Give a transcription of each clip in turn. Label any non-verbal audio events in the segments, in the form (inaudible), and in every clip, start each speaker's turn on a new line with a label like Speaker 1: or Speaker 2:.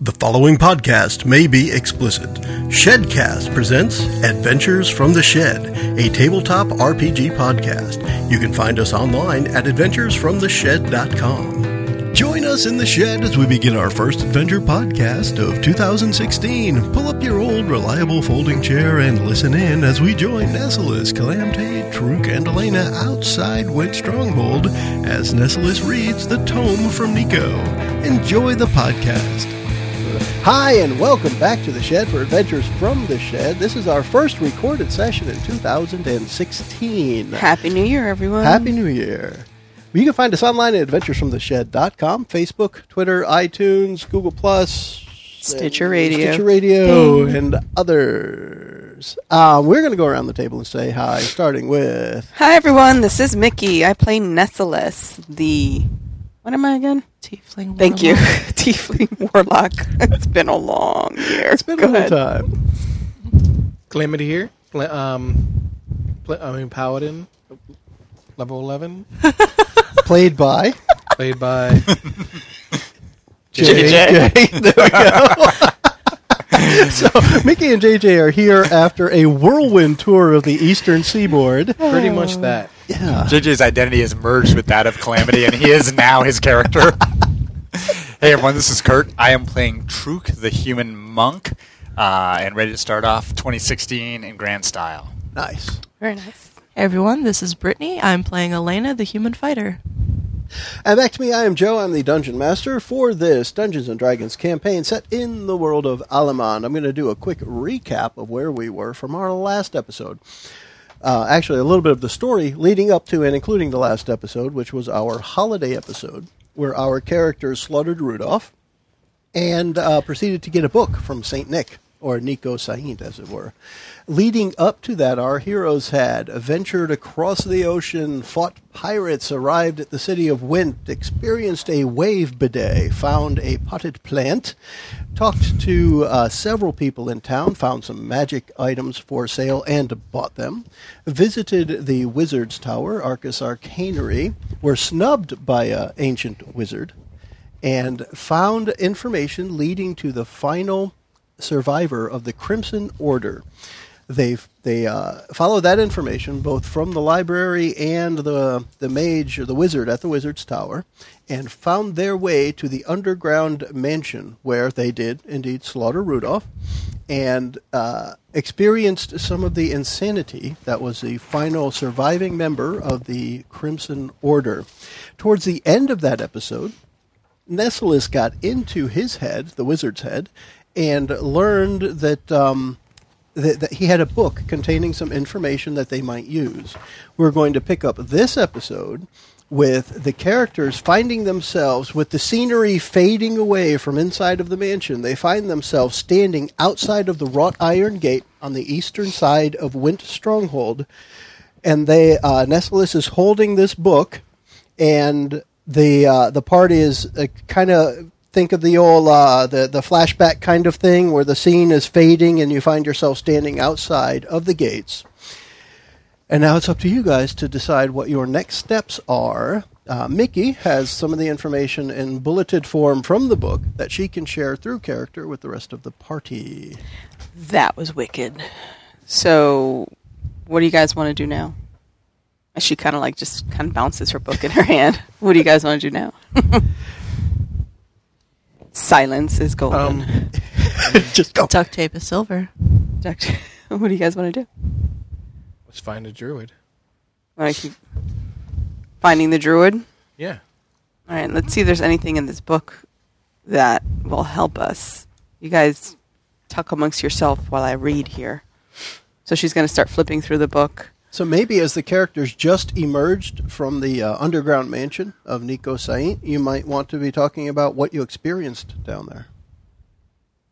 Speaker 1: The following podcast may be explicit. Shedcast presents Adventures from the Shed, a tabletop RPG podcast. You can find us online at adventuresfromtheshed.com. Join us in the shed as we begin our first adventure podcast of 2016. Pull up your old reliable folding chair and listen in as we join Nessalus, Calamte, Truk, and Elena outside Went Stronghold as Nessalus reads the tome from Nico. Enjoy the podcast. Hi, and welcome back to the Shed for Adventures from the Shed. This is our first recorded session in 2016.
Speaker 2: Happy New Year, everyone.
Speaker 1: Happy New Year. You can find us online at adventuresfromtheshed.com, Facebook, Twitter, iTunes, Google Plus,
Speaker 2: Stitcher Radio.
Speaker 1: Stitcher Radio, and others. Um, we're going to go around the table and say hi, starting with
Speaker 2: Hi, everyone. This is Mickey. I play Nessalus, the. What am I again?
Speaker 3: Tiefling.
Speaker 2: Thank you. (laughs) Tiefling Warlock. it's been a long year.
Speaker 1: It's been
Speaker 2: Go
Speaker 1: a long
Speaker 2: ahead.
Speaker 1: time.
Speaker 4: Calamity here. Pla- Um, pla- I mean Paladin, level (laughs) eleven,
Speaker 1: Played by
Speaker 4: played by
Speaker 2: (laughs)
Speaker 1: JJ. There we go. (laughs) so Mickey and JJ are here after a whirlwind tour of the Eastern Seaboard.
Speaker 4: pretty much that.
Speaker 1: Yeah.
Speaker 5: JJ's identity is merged with that of Calamity, and he is now his character. hey everyone, this is Kurt. I am playing Truk, the human monk, uh, and ready to start off 2016 in grand style.
Speaker 1: Nice.
Speaker 2: Very nice.
Speaker 3: Everyone, this is Brittany. I'm playing Elena, the human fighter.
Speaker 1: And back to me, I am Joe. I'm the Dungeon Master for this Dungeons and Dragons campaign set in the world of Alamond. I'm going to do a quick recap of where we were from our last episode. Uh, actually, a little bit of the story leading up to and including the last episode, which was our holiday episode, where our characters slaughtered Rudolph and uh, proceeded to get a book from St. Nick, or Nico Saint, as it were. Leading up to that, our heroes had ventured across the ocean, fought pirates, arrived at the city of Wint, experienced a wave bidet, found a potted plant, talked to uh, several people in town, found some magic items for sale, and bought them, visited the Wizard's Tower, Arcus Arcanery, were snubbed by an ancient wizard, and found information leading to the final survivor of the Crimson Order. They they uh, follow that information both from the library and the the mage or the wizard at the wizard's tower, and found their way to the underground mansion where they did indeed slaughter Rudolph, and uh, experienced some of the insanity that was the final surviving member of the Crimson Order. Towards the end of that episode, Nessalus got into his head, the wizard's head, and learned that, um, that, that he had a book containing some information that they might use. We're going to pick up this episode with the characters finding themselves with the scenery fading away from inside of the mansion. They find themselves standing outside of the wrought iron gate on the eastern side of Wint Stronghold, and they uh, Nessalus is holding this book, and the uh, the part is uh, kind of think of the old uh, the the flashback kind of thing where the scene is fading and you find yourself standing outside of the gates. And now it's up to you guys to decide what your next steps are. Uh, Mickey has some of the information in bulleted form from the book that she can share through character with the rest of the party.
Speaker 2: That was wicked. So, what do you guys want to do now? And She kind of like just kind of bounces her book in her hand. (laughs) What do you guys want to do now? (laughs) Silence is golden.
Speaker 4: Um,
Speaker 1: (laughs) Just go.
Speaker 3: Duct tape is silver.
Speaker 2: Doctor, (laughs) what do you guys want to do?
Speaker 4: let's find a druid.
Speaker 2: Want to keep finding the druid?
Speaker 4: Yeah,
Speaker 2: All right, let's see if there's anything in this book that will help us. You guys tuck amongst yourself while I read here. So she's going to start flipping through the book.
Speaker 1: So maybe as the characters just emerged from the uh, underground mansion of Nico Saint, you might want to be talking about what you experienced down there.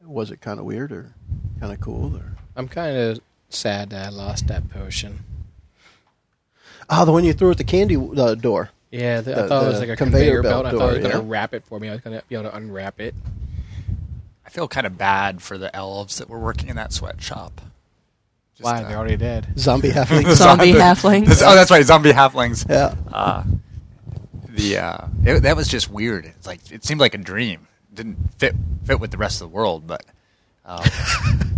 Speaker 1: Was it kind of weird or kind of cool? Or
Speaker 4: I'm kind of sad that I lost that potion.
Speaker 1: ah, the one you threw at the candy uh, door.
Speaker 4: Yeah, th-
Speaker 1: The-
Speaker 4: I thought it
Speaker 1: the
Speaker 4: was like a
Speaker 1: conveyor
Speaker 4: conveyor,
Speaker 1: belt
Speaker 4: belt. I thought it was
Speaker 1: door,
Speaker 4: gonna
Speaker 1: yeah.
Speaker 4: wrap it for me. I was gonna be able to unwrap it.
Speaker 5: I feel kind of bad for the elves that were working in that sweatshop. Just,
Speaker 4: Why?
Speaker 5: uh,
Speaker 4: They're already dead.
Speaker 1: Zombie
Speaker 5: (laughs)
Speaker 1: halfling.
Speaker 3: Zombie halflings.
Speaker 5: oh, that's right, zombie halflings.
Speaker 1: yeah.
Speaker 5: Uh, the uh, it, that was just weird. It's like it seemed like a dream. didn't fit fit with the rest of the world, but um,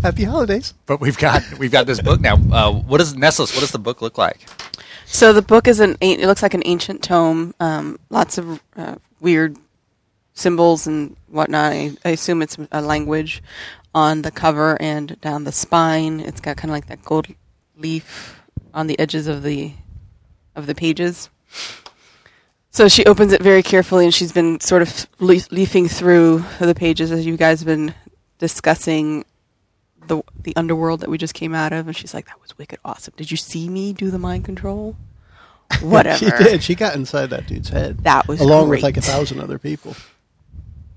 Speaker 1: Happy holidays.
Speaker 5: but we've got we've got this book now. Uh, what is Nessus? What does the book look like?
Speaker 2: So the book is an an- it looks like an ancient tome. Um, lots of uh, weird symbols and whatnot. I, I assume it's a language on the cover and down the spine. It's got kind of like that gold leaf on the edges of the of the pages. So she opens it very carefully, and she's been sort of le- leafing through the pages as you guys have been discussing the the underworld that we just came out of, and she's like, "That was wicked awesome. Did you see me do the
Speaker 1: (laughs)
Speaker 2: mind control? Whatever.
Speaker 1: she did. She got inside that dude's head.
Speaker 2: That was
Speaker 1: along with like a
Speaker 2: great.
Speaker 1: thousand other people.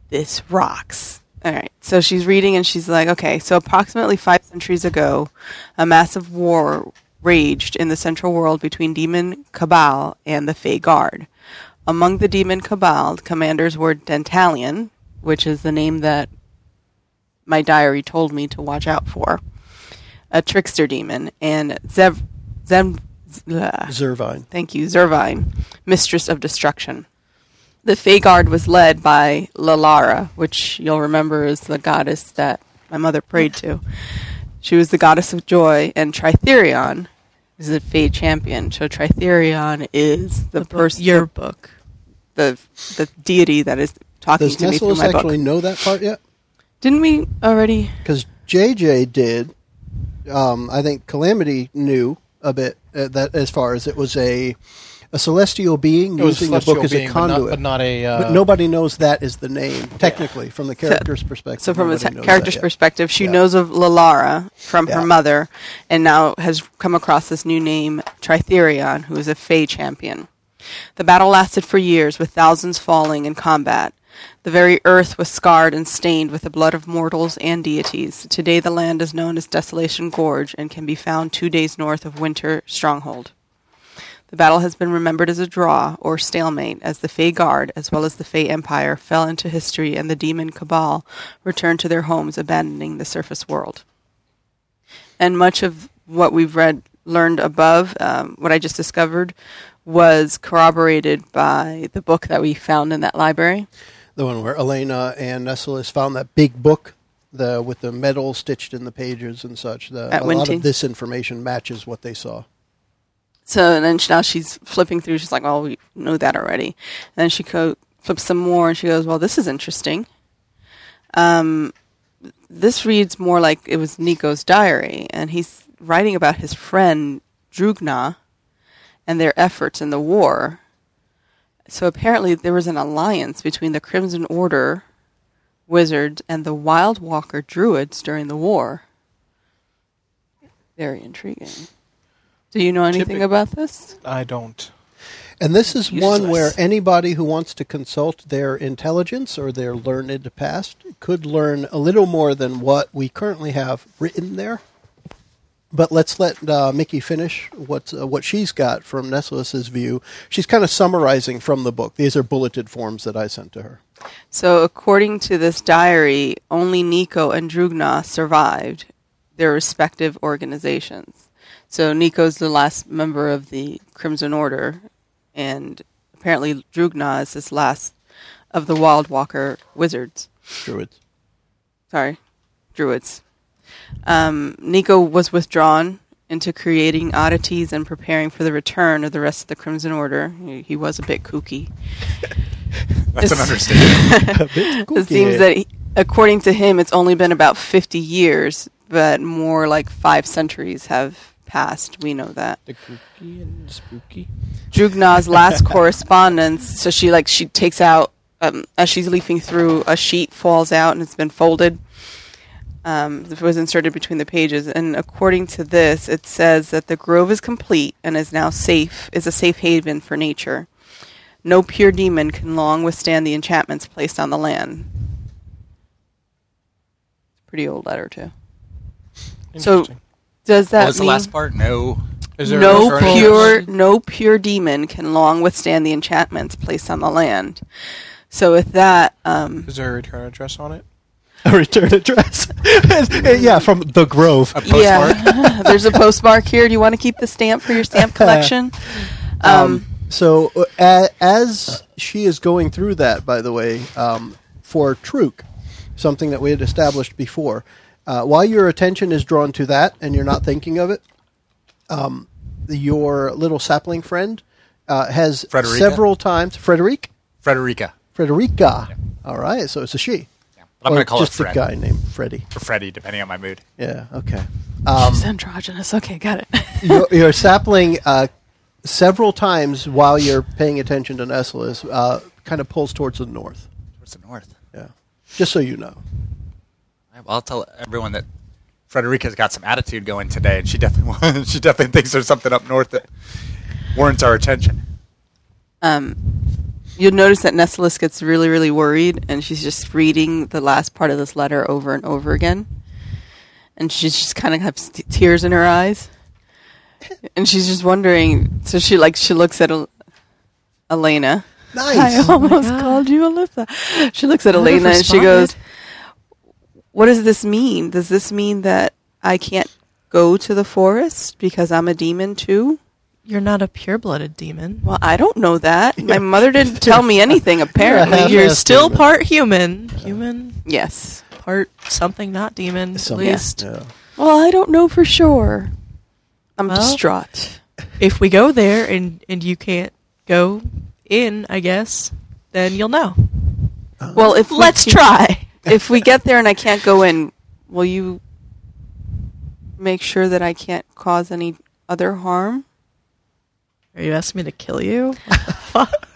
Speaker 2: This rocks." All right. So she's reading, and she's like, "Okay. So approximately five centuries ago, a massive war raged in the central world between demon Cabal and the Fey Guard. Among the demon Cabal, commanders were Dentalion, which is the name that my diary told me to watch out for." A trickster demon and Zev, Zem, bleh.
Speaker 1: Zervine.
Speaker 2: Thank you, Zervine, Mistress of Destruction. The Fey Guard was led by Lalara, which you'll remember is the goddess that my mother prayed to. She was the goddess of joy, and Tritherion is the Fey champion. So Tritherion is the, person,
Speaker 3: your book.
Speaker 2: the the deity that is talking
Speaker 1: Does
Speaker 2: to me through
Speaker 1: Nestles
Speaker 2: my
Speaker 1: actually
Speaker 2: book.
Speaker 1: know that part yet?
Speaker 2: Didn't we already?
Speaker 1: Because JJ did. Um, I think Calamity knew a bit uh, that as far as it was a a celestial being
Speaker 4: It was
Speaker 1: using the book
Speaker 4: celestial
Speaker 1: as
Speaker 4: being,
Speaker 1: a
Speaker 4: but not-
Speaker 1: conduit,
Speaker 4: but not a, uh,
Speaker 1: But nobody knows that is the name technically from the character's perspective.
Speaker 2: So from a
Speaker 1: nobody
Speaker 2: te-
Speaker 1: knows
Speaker 2: character's
Speaker 1: that yet.
Speaker 2: perspective, she
Speaker 1: Yeah.
Speaker 2: knows of Lalara from
Speaker 1: Yeah.
Speaker 2: her mother, and now has come across this new name, Tritherion, who is a Fey champion. The battle lasted for years, with thousands falling in combat. The very earth was scarred and stained with the blood of mortals and deities. Today, the land is known as Desolation Gorge and can be found two days north of Winter Stronghold. The battle has been remembered as a draw or stalemate as the Fey Guard, as well as the Fey Empire, fell into history and the demon Cabal returned to their homes, abandoning the surface world. And much of what we've read, learned above, um, what I just discovered, was corroborated by the book that we found in that library.
Speaker 1: the one where Elena and Nestles found that big book, the with the metal stitched in the pages and such. The,
Speaker 2: At
Speaker 1: a lot
Speaker 2: Winty.
Speaker 1: of this information matches what they saw.
Speaker 2: So and then she, now she's flipping through. She's like, "Oh, we know that already." And then she co- flips some more, and she goes, "Well, this is interesting. Um, this reads more like it was Nico's diary, and he's writing about his friend Drugna and their efforts in the war. So apparently, there was an alliance between the Crimson Order wizards and the Wild Walker druids during the war. Very intriguing." Do you know anything
Speaker 4: Typic-
Speaker 2: about this?
Speaker 4: I don't.
Speaker 1: And this is one
Speaker 2: Useless.
Speaker 1: where anybody who wants to consult their intelligence or their learned past could learn a little more than what we currently have written there. But let's let uh, Mickey finish what uh, what she's got from Nestle's view. She's kind of summarizing from the book. These are bulleted forms that I sent to her.
Speaker 2: So, according to this diary, only Nico and Drugna survived their respective organizations. So, Nico's the last member of the Crimson Order, and apparently Drugna is his last of the Wild Walker wizards.
Speaker 1: Druids.
Speaker 2: Sorry, druids. Um, Nico was withdrawn into creating oddities and preparing for the return of the rest of the Crimson Order. He, he was a bit kooky.
Speaker 5: That's an
Speaker 2: It's-
Speaker 5: understatement.
Speaker 2: It seems that, he- according to him, it's only been about 50 years, but more like five centuries have passed. We know that.
Speaker 4: The kooky and spooky.
Speaker 2: Drugna's last correspondence. So she like she takes out um, as she's leafing through a sheet falls out and it's been folded. Um, it was inserted between the pages, and according to this, it says that the grove is complete and is now safe. Is a safe haven for nature. No pure demon can long withstand the enchantments placed on the land. Pretty old letter too. So,
Speaker 4: Interesting.
Speaker 2: does that
Speaker 5: What was the
Speaker 2: mean
Speaker 5: last part? No.
Speaker 4: Is there
Speaker 2: no
Speaker 4: reference?
Speaker 2: pure no pure demon can long withstand the enchantments placed on the land. So with that, um,
Speaker 4: Is there a return address on it?
Speaker 1: (laughs) a return address. (laughs) yeah, from the Grove.
Speaker 5: A postmark.
Speaker 2: yeah, (laughs) there's a postmark here. Do you want to keep the stamp for your stamp collection? Um,
Speaker 1: So uh, a- as she is going through that, by the way, um, for Truk, something that we had established before. Uh, while your attention is drawn to that and you're not thinking of it, um, your little sapling friend uh, has
Speaker 5: Frederica?
Speaker 1: several times Frederic,
Speaker 5: Frederica.
Speaker 1: Frederica. All right, so it's a she.
Speaker 5: Yeah. But I'm
Speaker 1: Or
Speaker 5: going to call her
Speaker 1: just
Speaker 5: Fred.
Speaker 1: a guy named Freddy.
Speaker 5: Or Freddy, depending on my mood.
Speaker 1: Yeah. Okay.
Speaker 2: She's androgynous.
Speaker 1: (laughs)
Speaker 2: Okay, got it.
Speaker 1: your,
Speaker 2: (laughs)
Speaker 1: your sapling uh, several times while you're paying attention to Nessalus uh, kind of pulls towards the north.
Speaker 5: Towards the north.
Speaker 1: Yeah. Just so you know.
Speaker 5: All right, well, I'll tell everyone that Frederica's got some attitude going today, and she definitely (laughs) wa- she definitely thinks there's something up north that warrants our attention.
Speaker 2: Um, You'll notice that Nestalus gets really, really worried, and she's just reading the last part of this letter over and over again. And she's just kind of has t- tears in her eyes, and she's just wondering. So she like she looks at El- Elena. I
Speaker 1: Nice.
Speaker 3: Oh
Speaker 2: almost called you Alyssa. She looks at
Speaker 3: would have
Speaker 2: Elena and she goes,
Speaker 3: responded.
Speaker 2: "What does this mean? Does this mean that I can't go to the forest because I'm a demon too?"
Speaker 3: You're not a pure-blooded demon.
Speaker 2: Well, I don't know that.
Speaker 3: (laughs)
Speaker 2: My mother didn't tell me anything. Apparently,
Speaker 1: half-
Speaker 3: You're
Speaker 1: Yes,
Speaker 3: still
Speaker 1: demon.
Speaker 3: part human. Human,
Speaker 2: yes.
Speaker 3: part something not demon, at
Speaker 1: Something.
Speaker 3: least.
Speaker 1: Yeah.
Speaker 2: Well, I don't know for sure. I'm
Speaker 3: Well-
Speaker 2: distraught.
Speaker 3: If we go there and, and you can't go in, I guess, then you'll know.
Speaker 2: Well, if we
Speaker 3: uh, Let's
Speaker 2: can-
Speaker 3: try.
Speaker 2: (laughs) If we get there and I can't go in, will you make sure that I can't cause any other harm?
Speaker 3: Are you asking me to kill you?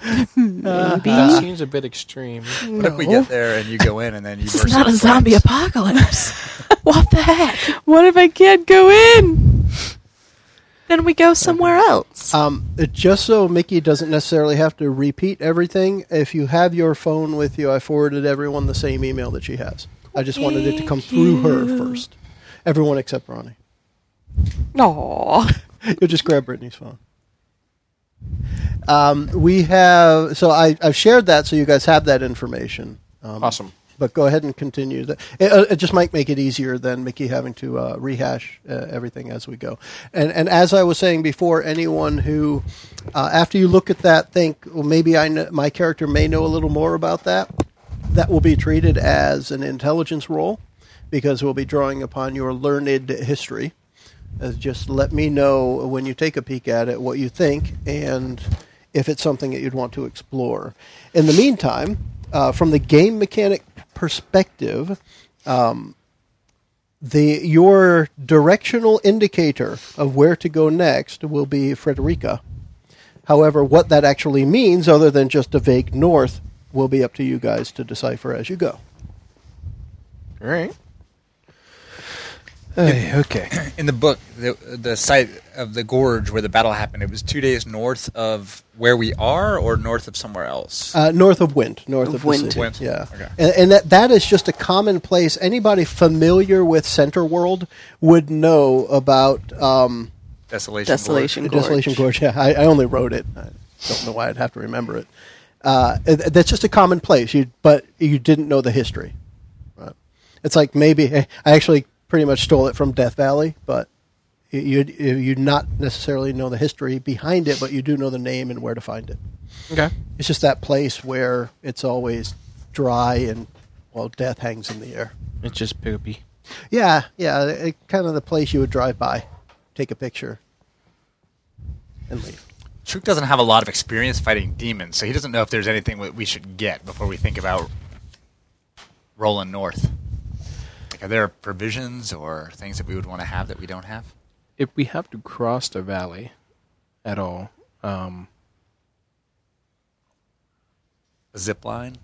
Speaker 4: That seems a bit extreme.
Speaker 5: What if we get there and you go in and then you
Speaker 3: This
Speaker 5: burst
Speaker 3: is not a
Speaker 5: into
Speaker 3: zombie
Speaker 5: flames?
Speaker 3: (laughs) apocalypse. what the heck?
Speaker 2: What if I can't go in?
Speaker 3: Then we go somewhere else.
Speaker 1: Um, it- just so Mickey doesn't necessarily have to repeat everything, if you have your phone with you, I forwarded everyone the same email that she has. I just wanted it to come through her first. Everyone except Ronnie.
Speaker 2: No.
Speaker 1: You'll just grab Brittany's phone. Um, we have, so I, I've shared that so you guys have that information. Um,
Speaker 4: Awesome.
Speaker 1: But go ahead and continue. That. It, uh, it just might make it easier than Mickey having to uh, rehash uh, everything as we go. And and as I was saying before, anyone who, uh, after you look at that, think, well, maybe I kn- my character may know a little more about that. That will be treated as an intelligence role because we'll be drawing upon your learned history. Uh, just let me know when you take a peek at it what you think and if it's something that you'd want to explore. In the meantime, uh, from the game mechanic perspective, um, the your directional indicator of where to go next will be Frederica. However, what that actually means, other than just a vague north, will be up to you guys to decipher as you go.
Speaker 4: All right.
Speaker 1: okay.
Speaker 5: in the book, the, the site of the gorge where the battle happened, it was two days north of where we are or north of somewhere else?
Speaker 1: Uh, north of Wint, north of,
Speaker 2: Of
Speaker 1: the
Speaker 2: Wint.
Speaker 1: city,
Speaker 5: Wint,
Speaker 1: Yeah,
Speaker 5: okay.
Speaker 1: and, and that that is just a common place. Anybody familiar with Center World would know about um,
Speaker 5: Desolation.
Speaker 2: Desolation
Speaker 5: Gorge.
Speaker 2: Gorge.
Speaker 1: Desolation Gorge. Yeah, I, I only wrote it. I don't know why I'd have to remember it. Uh, and th- that's just a common place. You but you didn't know the history. Right. It's like maybe eh, I actually pretty much stole it from Death Valley, but you you you not necessarily know the history behind it, but you do know the name and where to find it.
Speaker 4: Okay.
Speaker 1: It's just that place where it's always dry and well, death hangs in the air.
Speaker 4: It's just poopy.
Speaker 1: Yeah, yeah, it, it- kind of the place you would drive by, take a picture, and leave.
Speaker 5: Truk doesn't have a lot of experience fighting demons, so he doesn't know if there's anything that we should get before we think about rolling north. Like, are there provisions or things that we would want to have that we don't have?
Speaker 4: If we have to cross the valley at all, um,
Speaker 5: A zip line?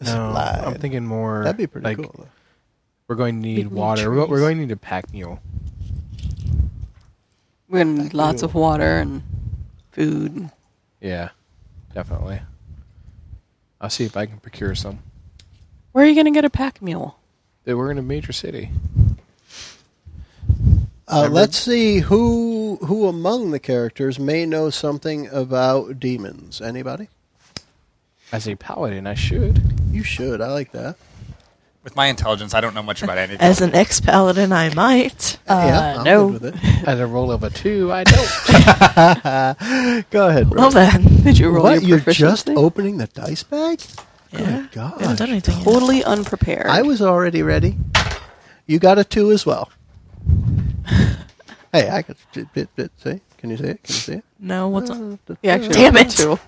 Speaker 1: It's
Speaker 4: no,
Speaker 1: live.
Speaker 4: I'm thinking more.
Speaker 1: That'd be pretty
Speaker 4: like,
Speaker 1: cool. Though.
Speaker 4: We're going to need
Speaker 3: Big
Speaker 4: water.
Speaker 3: trees.
Speaker 4: We're, we're going to need a pack mule.
Speaker 2: We're gonna need lots of water and food.
Speaker 4: Yeah, definitely. I'll see if I can procure some.
Speaker 2: Where are you gonna get a pack mule?
Speaker 4: Dude, We're in a major city.
Speaker 1: Uh, let's see who who among the characters may know something about demons. Anybody?
Speaker 4: As a paladin, I should.
Speaker 1: You should. I like that.
Speaker 5: With my intelligence, I don't know much about anything.
Speaker 3: (laughs) As an ex-paladin, I might.
Speaker 1: yeah, I'm
Speaker 2: Uh, no.
Speaker 1: good with
Speaker 4: (laughs)
Speaker 1: it.
Speaker 4: At a roll of a two, I
Speaker 1: (laughs)
Speaker 4: don't.
Speaker 1: Go ahead. Bro.
Speaker 3: Well then,
Speaker 2: Did you roll
Speaker 1: what? You're
Speaker 2: your
Speaker 1: Oh, just
Speaker 2: proficiency?
Speaker 1: opening the dice bag? Good God.
Speaker 3: We haven't done anything. yet.
Speaker 2: Totally unprepared.
Speaker 1: I was already ready. You got a two as well. hey, I could bit, bit, bit, see. Can you see it? Can you see it?
Speaker 3: No, what's up?
Speaker 2: Yeah, actually,
Speaker 3: Damn
Speaker 2: that's
Speaker 3: it.
Speaker 2: a Two.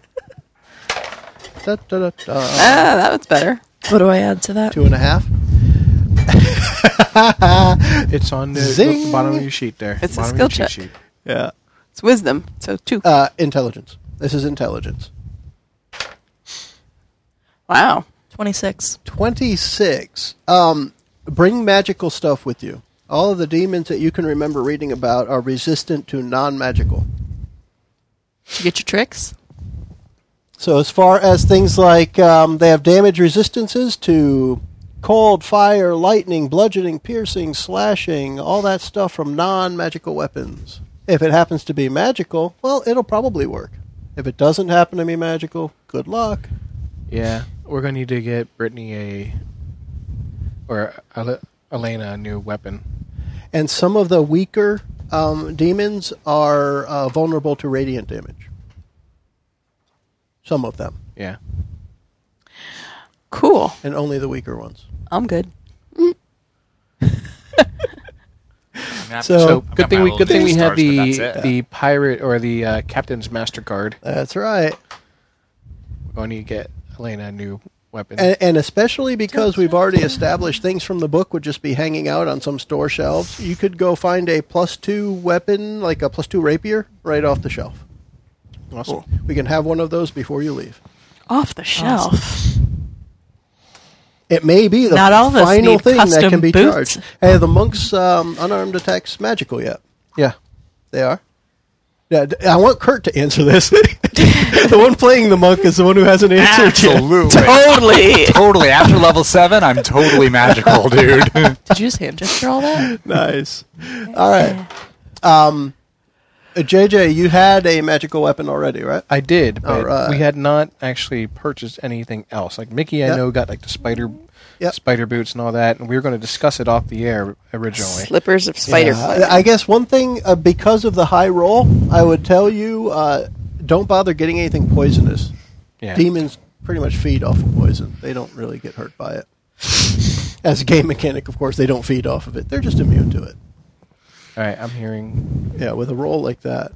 Speaker 1: Da, da, da, da.
Speaker 2: Ah, that was better.
Speaker 3: What do I add to that?
Speaker 1: Two and a half.
Speaker 4: It's on the,
Speaker 1: Zing.
Speaker 4: the bottom of your sheet there.
Speaker 2: It's a
Speaker 4: bottom of
Speaker 2: skill
Speaker 4: your cheat
Speaker 2: check.
Speaker 4: sheet.
Speaker 1: Yeah.
Speaker 2: It's wisdom. So two.
Speaker 1: Uh, intelligence. This is intelligence.
Speaker 2: wow.
Speaker 3: 26.
Speaker 1: 26. Um, bring magical stuff with you. All of the demons that you can remember reading about are resistant to non magical.
Speaker 3: Did you get your tricks?
Speaker 1: So, as far as things like um, they have damage resistances to cold, fire, lightning, bludgeoning, piercing, slashing, all that stuff from non magical weapons. If it happens to be magical, well, it'll probably work. If it doesn't happen to be magical, good luck.
Speaker 4: Yeah, we're gonna need to get Brittany a or Ale- Elena a new weapon.
Speaker 1: And some of the weaker um, demons are uh, vulnerable to radiant damage. Some of them,
Speaker 4: Yeah,
Speaker 2: Cool.
Speaker 1: and only the weaker ones.
Speaker 2: I'm good.
Speaker 1: So-
Speaker 4: so
Speaker 1: I've
Speaker 4: good thing we good thing we have
Speaker 5: have
Speaker 4: the
Speaker 5: (laughs)
Speaker 4: the pirate or the uh, captain's mastercard.
Speaker 1: That's right.
Speaker 4: We're going to get Elena a new weapon.
Speaker 1: And, and especially because we've already established things from the book would just be hanging out on some store shelves. You could go find a plus two weapon, like a plus two rapier, right off the shelf.
Speaker 4: awesome.
Speaker 1: We can have one of those before you leave.
Speaker 2: Off the shelf.
Speaker 1: It may be the
Speaker 3: Not all of us
Speaker 1: final
Speaker 3: need
Speaker 1: thing that
Speaker 3: custom
Speaker 1: can be
Speaker 3: boots.
Speaker 1: charged. Hey, the monk's um, unarmed attacks magical yet?
Speaker 4: Yeah,
Speaker 1: They are. Yeah, d- I want Kurt to answer this. (laughs) the one playing the monk is the one who hasn't answered
Speaker 3: Ah,
Speaker 1: yet.
Speaker 5: Absolutely.
Speaker 1: (laughs)
Speaker 2: Totally.
Speaker 5: totally. After level seven, I'm totally magical, dude.
Speaker 3: Did you just hand gesture all that?
Speaker 1: Nice. All right. Um, uh, JJ, you had a magical weapon already, right?
Speaker 4: I did, but
Speaker 1: Alright.
Speaker 4: we had not actually purchased anything else. Like Mickey, I
Speaker 1: Yep.
Speaker 4: know got like the spider
Speaker 1: Yep.
Speaker 4: spider boots and all that, and we were going to discuss it off the air originally.
Speaker 2: Slippers of spider
Speaker 1: Yeah,
Speaker 2: flesh.
Speaker 1: Uh, I, I guess one thing, uh, because of the high roll, I would tell you uh, don't bother getting anything poisonous.
Speaker 4: Yeah.
Speaker 1: Demons pretty much feed off of poison, they don't really get hurt by it. As a game mechanic, of course, they don't feed off of it, they're just immune to it.
Speaker 4: All right, I'm hearing.
Speaker 1: Yeah, with a roll like that.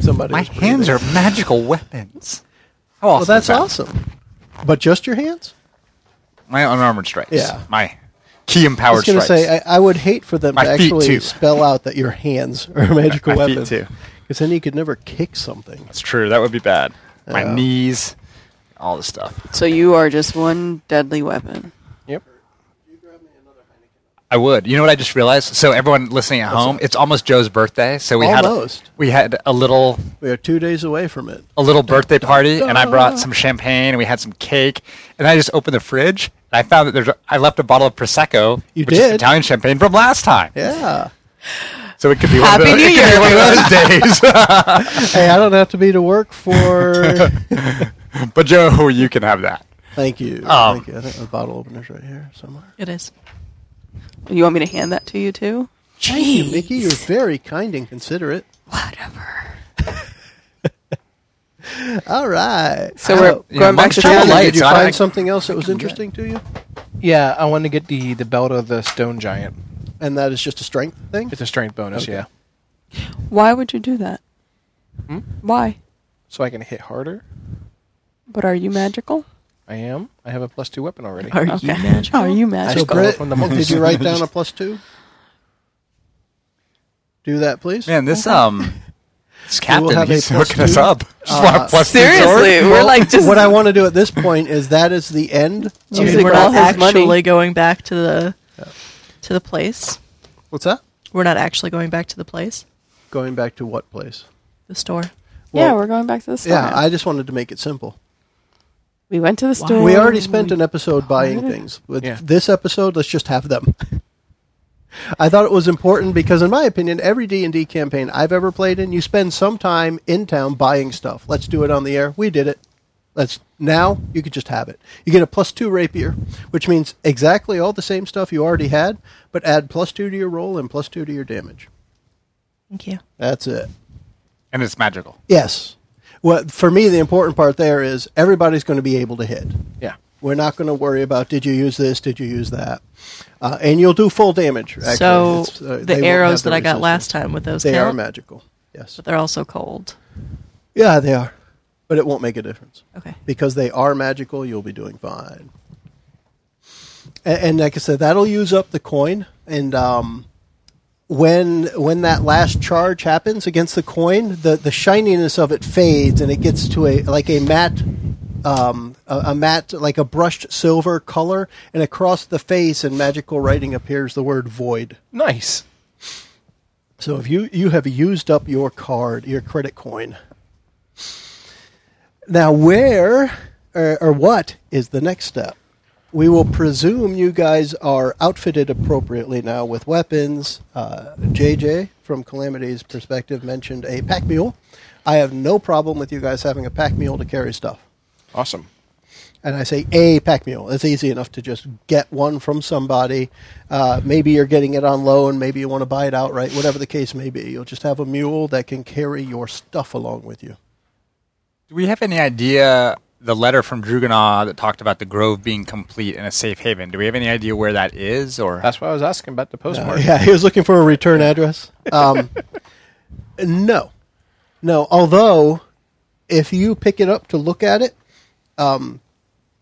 Speaker 1: Somebody
Speaker 5: My
Speaker 1: was breathing.
Speaker 5: hands are magical weapons. How awesome
Speaker 1: Well, that's
Speaker 5: is that?
Speaker 1: awesome. But just your hands?
Speaker 5: My unarmored strikes.
Speaker 1: Yeah.
Speaker 5: My key
Speaker 1: I
Speaker 5: empowered
Speaker 1: was going to
Speaker 5: strikes.
Speaker 1: say, I, I would hate for them
Speaker 5: My
Speaker 1: to
Speaker 5: feet,
Speaker 1: actually
Speaker 5: too.
Speaker 1: spell out that your hands are a magical
Speaker 5: (laughs) My feet,
Speaker 1: weapon.
Speaker 5: too.
Speaker 1: Because then you could never kick something.
Speaker 5: That's true. That would be bad. My
Speaker 1: Yeah.
Speaker 5: knees, all this stuff.
Speaker 2: so you are just one deadly weapon.
Speaker 4: Yep.
Speaker 5: I would. You know what I just realized? So everyone listening at home, it's almost Joe's birthday. So we
Speaker 1: Almost.
Speaker 5: had we had a little
Speaker 1: We are two days away from it.
Speaker 5: a little birthday party, and I
Speaker 1: (laughs)
Speaker 5: brought some champagne and we had some cake, and I just opened the fridge and I found that there's a, I left a bottle of prosecco,
Speaker 1: You
Speaker 5: which
Speaker 1: did?
Speaker 5: is Italian champagne from last time.
Speaker 1: Yeah.
Speaker 5: So it could be
Speaker 2: Happy
Speaker 5: one of
Speaker 2: New
Speaker 5: those, it could
Speaker 2: Year,
Speaker 5: be one of those days.
Speaker 1: hey, I don't have to be to work
Speaker 5: (laughs)
Speaker 1: for. (laughs)
Speaker 5: but Joe, you can have that.
Speaker 1: Thank you.
Speaker 5: Um.
Speaker 1: Thank you. I think the bottle opener's right here somewhere.
Speaker 3: It is.
Speaker 2: You want me to hand that to you too?
Speaker 1: Thank you, Mickey. You're very kind and considerate.
Speaker 2: Whatever.
Speaker 1: (laughs) All right.
Speaker 2: So
Speaker 1: How-
Speaker 2: we're
Speaker 1: did
Speaker 5: Yeah,
Speaker 2: going back
Speaker 5: monk's
Speaker 2: to
Speaker 5: trouble
Speaker 2: town.
Speaker 5: light.
Speaker 1: you
Speaker 5: so I-
Speaker 1: find
Speaker 5: I-
Speaker 1: something else that was interesting to you?
Speaker 4: Yeah, I want to get the the belt of the stone giant.
Speaker 1: And that is just a strength thing?
Speaker 4: It's a strength bonus,
Speaker 1: Okay.
Speaker 4: yeah.
Speaker 2: Why would you do that?
Speaker 5: Hmm?
Speaker 2: Why?
Speaker 4: So I can hit harder.
Speaker 2: But are you magical?
Speaker 4: I am. I have a plus two weapon already.
Speaker 3: Oh, Are you magical?
Speaker 2: Are you
Speaker 4: I
Speaker 1: So,
Speaker 2: magical?
Speaker 4: stole
Speaker 1: Britt,
Speaker 4: from the monks.
Speaker 1: did you write
Speaker 4: (laughs)
Speaker 1: down a plus two? Do that, please.
Speaker 5: Man, this um, this
Speaker 1: will
Speaker 5: captain
Speaker 1: have a
Speaker 5: he's
Speaker 1: plus
Speaker 5: hooking us
Speaker 1: two.
Speaker 5: up. (laughs) Just
Speaker 1: Uh,
Speaker 5: want a plus two sword.
Speaker 2: Seriously, we're
Speaker 1: Well,
Speaker 2: like just
Speaker 1: what I want to do at this point is that is the end. of the
Speaker 2: Using
Speaker 3: we're
Speaker 2: all
Speaker 3: not
Speaker 1: bracket.
Speaker 2: his money.
Speaker 3: actually going back to the to the place.
Speaker 1: What's that?
Speaker 3: We're not actually going back to the place.
Speaker 1: Going back to what place?
Speaker 3: The store.
Speaker 2: yeah,
Speaker 1: well,
Speaker 2: we're going back to the store.
Speaker 1: Yeah, I just wanted to make it simple.
Speaker 2: we went to the store.
Speaker 1: We already spent an episode buying things. With
Speaker 4: Yeah.
Speaker 1: this episode, let's just have them. (laughs) I thought it was important because, in my opinion, every D and D campaign I've ever played in, you spend some time in town buying stuff. Let's do it on the air. We did it. Let's now you could just have it. You get a plus two rapier, which means exactly all the same stuff you already had, but add plus two to your roll and plus two to your damage.
Speaker 3: Thank you.
Speaker 1: That's it.
Speaker 5: and it's magical.
Speaker 1: Yes. What for me the important part there is everybody's going to be able to hit.
Speaker 4: Yeah.
Speaker 1: We're not going to worry about did you use this, did you use that, uh, and you'll do full damage. Actually.
Speaker 3: so
Speaker 1: It's, uh, they
Speaker 3: the
Speaker 1: won't
Speaker 3: arrows
Speaker 1: have the
Speaker 3: that I got
Speaker 1: resistance.
Speaker 3: last time with those
Speaker 1: they are
Speaker 3: count,
Speaker 1: magical. Yes.
Speaker 3: but they're also cold.
Speaker 1: Yeah, they are, but it won't make a difference
Speaker 3: Okay.
Speaker 1: because they are magical. You'll be doing fine. And, and like I said, that'll use up the coin. And um, when when that last charge happens against the coin, the the shininess of it fades, and it gets to a like a matte. Um, a, a matte, like a brushed silver color, and across the face in magical writing appears the word void.
Speaker 4: Nice.
Speaker 1: So if you you have used up your card, your credit coin. Now where or, or what is the next step? We will presume you guys are outfitted appropriately now with weapons. Uh, JJ from Calamity's perspective mentioned a pack mule. I have no problem with you guys having a pack mule to carry stuff.
Speaker 6: Awesome.
Speaker 1: And I say a pack mule. It's easy enough to just get one from somebody. Uh, maybe you're getting it on loan. Maybe you want to buy it outright. Whatever the case may be, you'll just have a mule that can carry your stuff along with you.
Speaker 5: Do we have any idea the letter from Druganaw that talked about the grove being complete and a safe haven? Do we have any idea where that is or
Speaker 4: That's what I was asking about the
Speaker 1: Uh,
Speaker 4: postmark.
Speaker 1: yeah, he was looking for a return address. Um, no, no. Although, if you pick it up to look at it, um,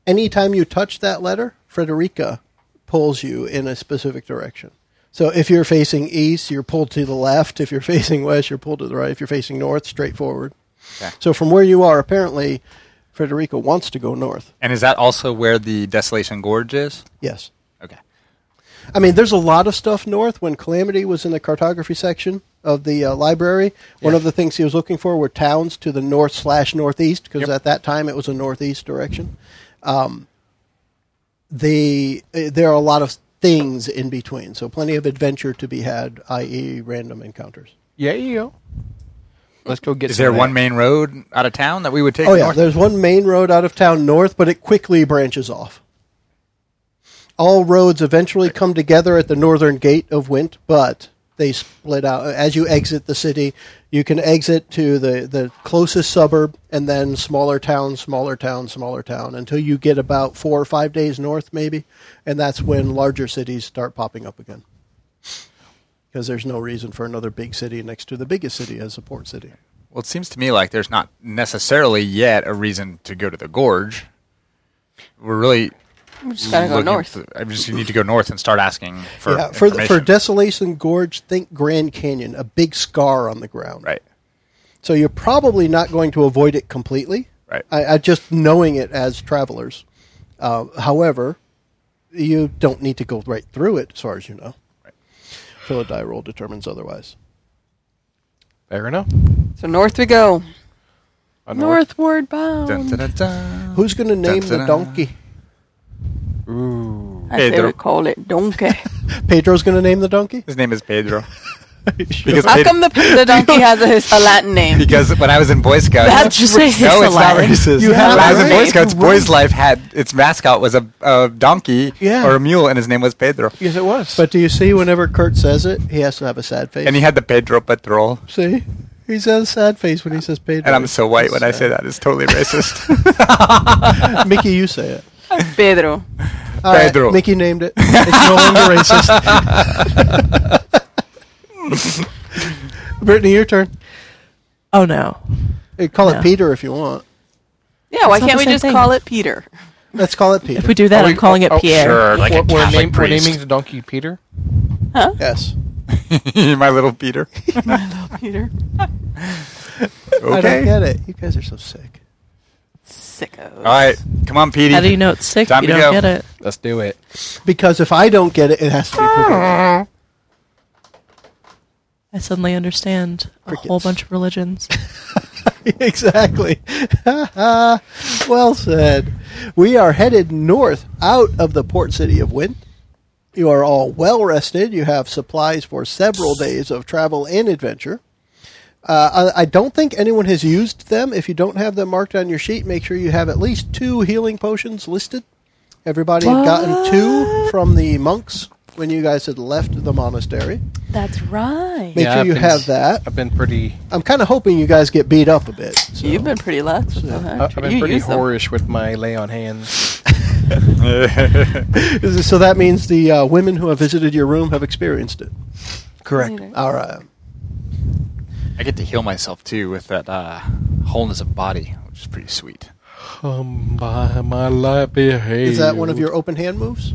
Speaker 1: anytime you touch that letter, Frederica pulls you in a specific direction. So if you're facing east, you're pulled to the left. If you're (laughs) facing west, you're pulled to the right. If you're facing north, straight forward.
Speaker 5: Okay.
Speaker 1: So from where you are, apparently, Frederica wants to go north.
Speaker 5: and is that also where the Desolation Gorge is?
Speaker 1: Yes.
Speaker 5: Okay.
Speaker 1: I mean, there's a lot of stuff north. When Calamity was in the cartography section of the uh, library, one of the things he was looking for were towns to the north slash northeast, because
Speaker 5: Yep.
Speaker 1: at that time it was a northeast direction. Um, the uh, there are a lot of things in between, so plenty of adventure to be had, i.e., random encounters.
Speaker 4: Yeah, you go. Let's go get.
Speaker 5: Is
Speaker 4: some
Speaker 5: there
Speaker 4: of
Speaker 5: one
Speaker 4: that.
Speaker 5: main road out of town that we would take?
Speaker 1: Oh yeah,
Speaker 5: north?
Speaker 1: there's one main road out of town north, but it quickly branches off. All roads eventually come together at the northern gate of Wint, but they split out as you exit the city. You can exit to the, the closest suburb and then smaller town, smaller town, smaller town until you get about four or five days north, maybe, and that's when larger cities start popping up again. Because there's no reason for another big city next to the biggest city as a port city.
Speaker 5: Well, it seems to me like there's not necessarily yet a reason to go to the gorge. We're really
Speaker 2: We just gotta go
Speaker 5: looking
Speaker 2: north.
Speaker 5: for- I just need to go north and start asking for
Speaker 1: yeah, for the, for
Speaker 5: information.
Speaker 1: Desolation Gorge, think Grand Canyon, a big scar on the ground.
Speaker 5: right.
Speaker 1: So you're probably not going to avoid it completely.
Speaker 5: Right.
Speaker 1: I, I just knowing it as travelers. Uh, however, you don't need to go right through it, as far as you know.
Speaker 5: Right.
Speaker 1: Till a die roll determines otherwise.
Speaker 4: Fair enough.
Speaker 2: So north we go.
Speaker 4: A north.
Speaker 2: Northward bound.
Speaker 5: Dun, dun, dun, dun.
Speaker 1: Who's going to name the
Speaker 5: Dun-dun-dun.
Speaker 1: donkey?
Speaker 2: I say
Speaker 5: Pedro.
Speaker 2: we call it donkey.
Speaker 1: Pedro's going to name the donkey.
Speaker 5: His name is Pedro. (laughs) because,
Speaker 2: How
Speaker 5: Ped-
Speaker 2: come the, the donkey has a, a Latin name?
Speaker 5: because when I was in Boy Scouts,
Speaker 3: That's
Speaker 5: no, it's
Speaker 3: racist,
Speaker 5: not
Speaker 3: Aladdin.
Speaker 5: racist.
Speaker 1: You have
Speaker 5: when I was in Boy
Speaker 1: right.
Speaker 5: Scouts, Boys Life had its mascot was a, a donkey
Speaker 1: Yeah.
Speaker 5: or a mule, and his name was Pedro.
Speaker 4: Yes, it was.
Speaker 1: But do you see, whenever Kurt says it, he has to have a sad face.
Speaker 5: And he had the Pedro Patrol.
Speaker 1: see, he says sad face when he says Pedro.
Speaker 5: And I'm so white when I
Speaker 1: Sad.
Speaker 5: say that. It's totally racist. (laughs)
Speaker 1: Mickey, you say it.
Speaker 2: Pedro.
Speaker 1: All right,
Speaker 5: Pedro.
Speaker 1: Mickey named it. It's no longer
Speaker 5: (laughs)
Speaker 1: racist. Brittany, your turn.
Speaker 3: Oh no.
Speaker 1: Hey, call
Speaker 3: No.
Speaker 1: it Peter if you want.
Speaker 2: Yeah, why
Speaker 3: It's not
Speaker 2: can't
Speaker 3: the
Speaker 2: we
Speaker 3: same
Speaker 2: just
Speaker 3: thing.
Speaker 2: call it Peter?
Speaker 1: Let's call it Peter.
Speaker 3: If we do that,
Speaker 4: Are we-
Speaker 3: I'm calling it
Speaker 4: oh,
Speaker 3: Pierre.
Speaker 5: sure, like
Speaker 4: we're,
Speaker 5: a
Speaker 4: we're,
Speaker 5: Catholic
Speaker 4: name- we're
Speaker 5: priest.
Speaker 4: naming the donkey Peter.
Speaker 1: yes.
Speaker 5: My little Peter.
Speaker 2: Peter.
Speaker 1: I don't
Speaker 5: Okay.
Speaker 1: get it. You guys are so sick.
Speaker 2: Sicko.
Speaker 5: All right. Come on, Petey.
Speaker 3: How do
Speaker 5: (laughs)
Speaker 3: you know it's sick? if
Speaker 5: Time
Speaker 3: you
Speaker 5: to
Speaker 3: don't
Speaker 5: go.
Speaker 3: get it.
Speaker 4: Let's do it.
Speaker 1: Because if I don't get it, it has to be
Speaker 3: (laughs)
Speaker 1: Peter.
Speaker 3: I suddenly understand a whole
Speaker 1: Crickets.
Speaker 3: bunch
Speaker 5: (laughs)
Speaker 3: of religions.
Speaker 1: (laughs) exactly. well said. We are headed north out of the port city of Wind. You are all well rested. You have supplies for several days of travel and adventure. Uh, I, I don't think anyone has used them. If you don't have them marked on your sheet, make sure you have at least two healing potions listed. Everybody had gotten two from the monks when you guys had left the monastery.
Speaker 6: That's right.
Speaker 1: Make sure
Speaker 4: I've
Speaker 1: you
Speaker 4: been-
Speaker 1: have that.
Speaker 4: I've been pretty.
Speaker 1: I'm kind of hoping you guys get beat up a bit. so.
Speaker 2: You've been pretty lucky. with them,
Speaker 4: I-
Speaker 2: huh?
Speaker 4: uh, I've been
Speaker 2: you
Speaker 4: pretty
Speaker 2: use them.
Speaker 4: whorish with my lay on hands.
Speaker 1: Is it- (laughs) so that means the uh, women who have visited your room have experienced it.
Speaker 4: Correct.
Speaker 1: All right.
Speaker 5: I get to heal myself too with that uh, wholeness of body, which is pretty (laughs) sweet.
Speaker 4: Um, by my life behavior.
Speaker 1: Is that one of your open hand
Speaker 5: (laughs)
Speaker 1: moves?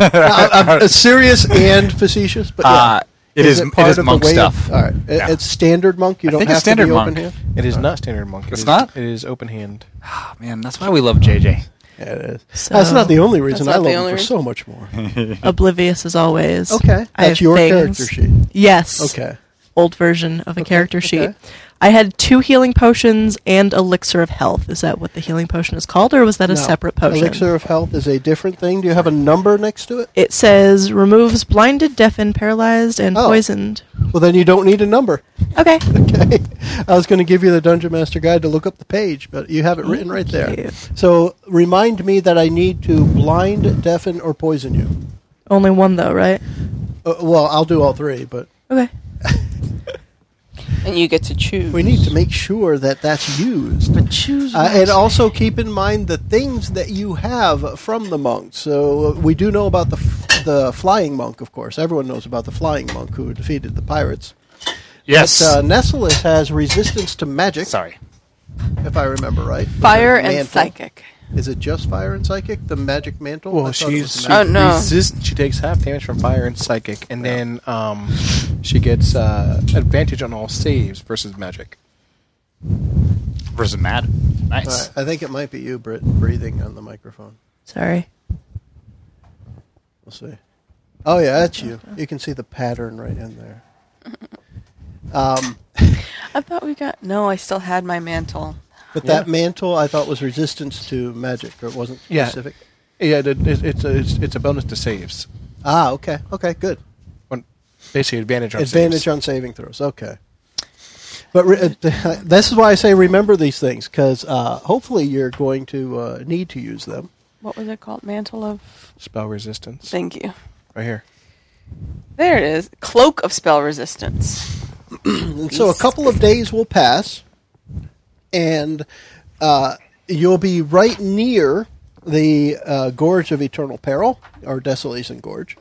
Speaker 1: I, I'm uh, serious and facetious, but yeah.
Speaker 5: Uh, it is- it
Speaker 1: part
Speaker 5: is
Speaker 1: of the
Speaker 5: monk
Speaker 1: way of-
Speaker 5: stuff.
Speaker 1: all right, It-
Speaker 5: Yeah.
Speaker 1: it's standard monk. You
Speaker 5: I
Speaker 1: don't
Speaker 5: think
Speaker 1: have
Speaker 5: it's standard
Speaker 1: to be
Speaker 5: monk.
Speaker 1: open hand.
Speaker 4: It is not standard monk. It
Speaker 5: It's
Speaker 4: is-
Speaker 5: not?
Speaker 4: It is open hand.
Speaker 5: Ah, man, that's why we love JJ.
Speaker 1: Yeah, it is.
Speaker 3: So-
Speaker 1: That's not the only reason
Speaker 2: That's
Speaker 1: I love
Speaker 2: not the
Speaker 1: him
Speaker 2: only
Speaker 1: for
Speaker 2: reason.
Speaker 1: so much
Speaker 5: (laughs)
Speaker 1: more.
Speaker 3: Oblivious as always.
Speaker 1: Okay,
Speaker 3: I
Speaker 1: that's
Speaker 3: have
Speaker 1: your
Speaker 3: things.
Speaker 1: character sheet.
Speaker 3: Yes.
Speaker 1: Okay,
Speaker 3: Old version of a character sheet.
Speaker 1: okay.
Speaker 3: I had two healing potions and elixir of health. Is that what the healing potion is called, or was that a
Speaker 1: No.
Speaker 3: separate potion?
Speaker 1: Elixir of health is a different thing. Do you have a number next to it?
Speaker 3: It says removes blinded, deafened, paralyzed, and
Speaker 1: Oh.
Speaker 3: poisoned.
Speaker 1: Well, then you don't need a number.
Speaker 3: Okay.
Speaker 1: Okay. (laughs) I was going to give you the Dungeon Master Guide to look up the page, but you
Speaker 2: Oh,
Speaker 1: have it written right there.
Speaker 3: you.
Speaker 1: So remind me that I need to blind, deafen, or poison you.
Speaker 3: Only one though, right?
Speaker 1: Uh, well, I'll do all three, but
Speaker 3: Okay.
Speaker 2: And you get to choose.
Speaker 1: we need to make sure that that's used.
Speaker 3: But choose.
Speaker 1: Uh, and also keep in mind the things that you have from the monks. So uh, we do know about the f- the flying monk, of course. Everyone knows about the flying monk who defeated the pirates.
Speaker 5: Yes.
Speaker 1: Uh, Nessalus has resistance to magic,
Speaker 5: Sorry.
Speaker 1: if I remember right. With
Speaker 2: fire
Speaker 1: her
Speaker 2: and
Speaker 1: mantle.
Speaker 2: psychic.
Speaker 1: Is it just fire and psychic? The magic mantle? I
Speaker 4: Well,
Speaker 1: thought it
Speaker 4: she's
Speaker 1: was
Speaker 4: she
Speaker 1: the magic-
Speaker 2: Oh, no.
Speaker 4: resist- She takes half damage from fire and psychic, and then um, she gets uh, advantage on all saves versus magic.
Speaker 5: Versus Mad.
Speaker 1: All right,
Speaker 5: Nice.
Speaker 1: I think it might be you, Britt, breathing on the microphone.
Speaker 3: Sorry.
Speaker 1: We'll see. Oh yeah, that's you. You can see the pattern right in there. Um,
Speaker 2: I thought we got. No, I still had my mantle.
Speaker 1: but that mantle I thought was resistance to magic, or it wasn't
Speaker 4: Yeah.
Speaker 1: specific.
Speaker 4: Yeah, it, it, it's a, it's it's a bonus to saves.
Speaker 1: Ah, okay, okay, good.
Speaker 4: On- Basically, advantage on
Speaker 1: Advantage
Speaker 4: saves.
Speaker 1: on saving throws. Okay. But re- uh, (laughs) this is why I say remember these things because uh, hopefully you're going to uh, need to use them.
Speaker 2: What was it called? Mantle of.
Speaker 4: spell resistance.
Speaker 2: Thank you.
Speaker 4: Right here.
Speaker 2: There it is. Cloak of spell (laughs) resistance.
Speaker 1: And so a couple of days will pass, and uh, you'll be right near the uh, Gorge of Eternal Peril, or Desolation Gorge.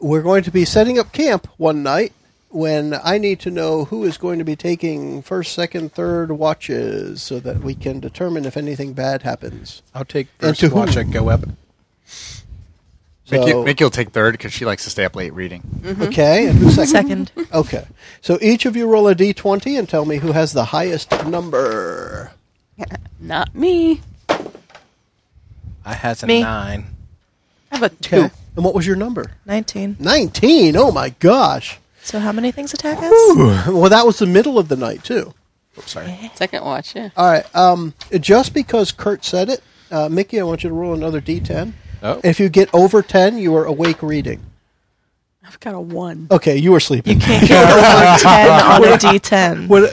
Speaker 1: We're going to be setting up camp one night when I need to know who is going to be taking first, second, third watches so that we can determine if anything bad happens.
Speaker 4: I'll take
Speaker 1: And
Speaker 4: first
Speaker 1: to
Speaker 4: watch
Speaker 1: whom?
Speaker 4: and go up.
Speaker 1: So,
Speaker 5: Mickey, Mickey will take third because she likes to stay up late reading.
Speaker 1: okay, and who's second?
Speaker 3: Second.
Speaker 1: Okay, so each of you roll a d20 and tell me who has the highest number.
Speaker 2: Not me.
Speaker 4: I has a
Speaker 3: Me.
Speaker 4: nine.
Speaker 2: I have a two.
Speaker 1: Okay. And what was your number?
Speaker 3: Nineteen.
Speaker 1: 19. Oh my gosh.
Speaker 3: So how many things attack us?
Speaker 1: Well, that was the middle of the night, too.
Speaker 4: Oops, Oh, sorry.
Speaker 2: Second watch, yeah.
Speaker 1: All right. Um, just because Kurt said it, uh, Mickey, I want you to roll another d10.
Speaker 4: Oh.
Speaker 1: If you get over 10, you are awake reading.
Speaker 2: I've got a one.
Speaker 1: Okay, you were sleeping.
Speaker 3: You can't get
Speaker 1: (laughs)
Speaker 3: over ten on a D ten.
Speaker 1: What-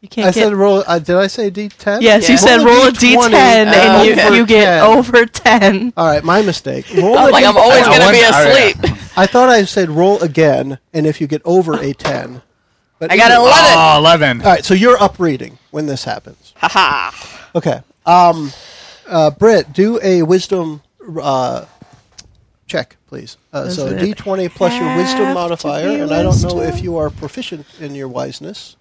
Speaker 3: You can't
Speaker 1: I
Speaker 3: get.
Speaker 1: said roll. Uh, did I say d10?
Speaker 3: yes, you
Speaker 2: Yeah.
Speaker 3: said roll a D ten, and you
Speaker 1: over
Speaker 3: you get
Speaker 1: 10.
Speaker 3: over ten.
Speaker 1: All right, my mistake. Roll
Speaker 2: I'm
Speaker 1: a
Speaker 2: like, I'm
Speaker 1: D10.
Speaker 2: always
Speaker 5: I
Speaker 2: going to be
Speaker 5: won- all right.
Speaker 2: asleep.
Speaker 1: (laughs) I thought I said roll again, and if you get over a 10. But
Speaker 2: I got
Speaker 1: either-
Speaker 2: a eleven.
Speaker 5: Oh, 11.
Speaker 1: All right, so you're up reading when this happens. Haha. Okay. Um, uh, Britt, do a wisdom uh, check, please. Uh, so
Speaker 3: Does it
Speaker 1: D20 plus your wisdom
Speaker 3: have to
Speaker 1: modifier,
Speaker 3: be
Speaker 1: and I don't know
Speaker 3: wisdom?
Speaker 1: if you are proficient in your wiseness.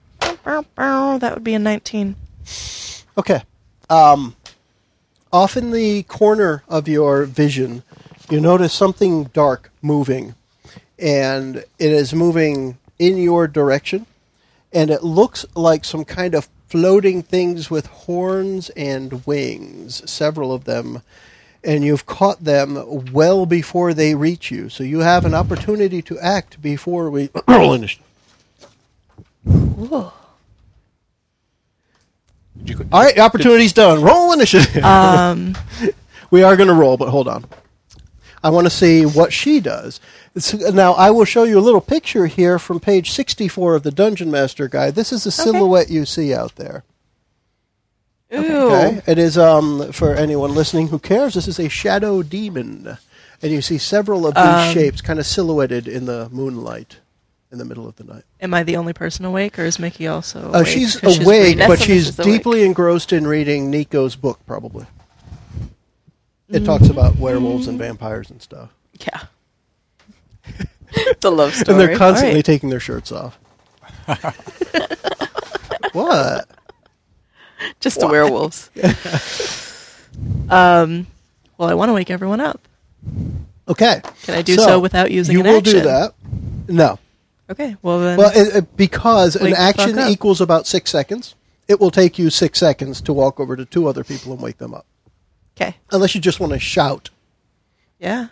Speaker 3: Bow, bow, That would be a nineteen.
Speaker 1: Okay. Um, off in the corner of your vision, you notice something dark moving, and it is moving in your direction, and it looks like some kind of floating things with horns and wings, several of them, and you've caught them well before they reach you. So you have an opportunity to act before we (coughs) roll initiative.
Speaker 4: Did you,
Speaker 1: All right, opportunity's done. Roll initiative.
Speaker 3: Um,
Speaker 1: We are going to roll, but hold on. I want to see what she does. It's, now, I will show you a little picture here from page 64 of the Dungeon Master Guide. This is the silhouette you see out there.
Speaker 2: Ooh.
Speaker 1: Okay. It is um, for anyone listening who cares. This is a shadow demon, and you see several of these shapes kind of silhouetted in the moonlight in the middle of the night.
Speaker 3: Am I the only person awake, or is Mickey also?
Speaker 1: Uh,
Speaker 3: Awake?
Speaker 1: she's
Speaker 3: 'Cause
Speaker 1: awake,
Speaker 3: reading.
Speaker 1: but
Speaker 2: Nessun
Speaker 1: she's
Speaker 2: is awake.
Speaker 1: deeply engrossed in reading Nico's book, probably. It talks about werewolves and vampires and stuff,
Speaker 2: Yeah. it's a love story.
Speaker 1: and they're constantly
Speaker 2: All right.
Speaker 1: taking their shirts
Speaker 3: (laughs)
Speaker 1: off. what?
Speaker 2: just
Speaker 1: (laughs)
Speaker 2: the werewolves.
Speaker 3: Um, well, I want to wake everyone up.
Speaker 1: Okay.
Speaker 3: Can I do so without using
Speaker 1: You
Speaker 3: an
Speaker 1: will do
Speaker 3: action?
Speaker 1: that. No.
Speaker 3: Okay. Well then.
Speaker 1: Well, it, it, because an
Speaker 3: Wake the fuck
Speaker 1: action
Speaker 3: up.
Speaker 1: equals about six seconds, it will take you six seconds to walk over to two other people and wake them up.
Speaker 3: okay.
Speaker 1: Unless you just want to shout.
Speaker 3: Yeah.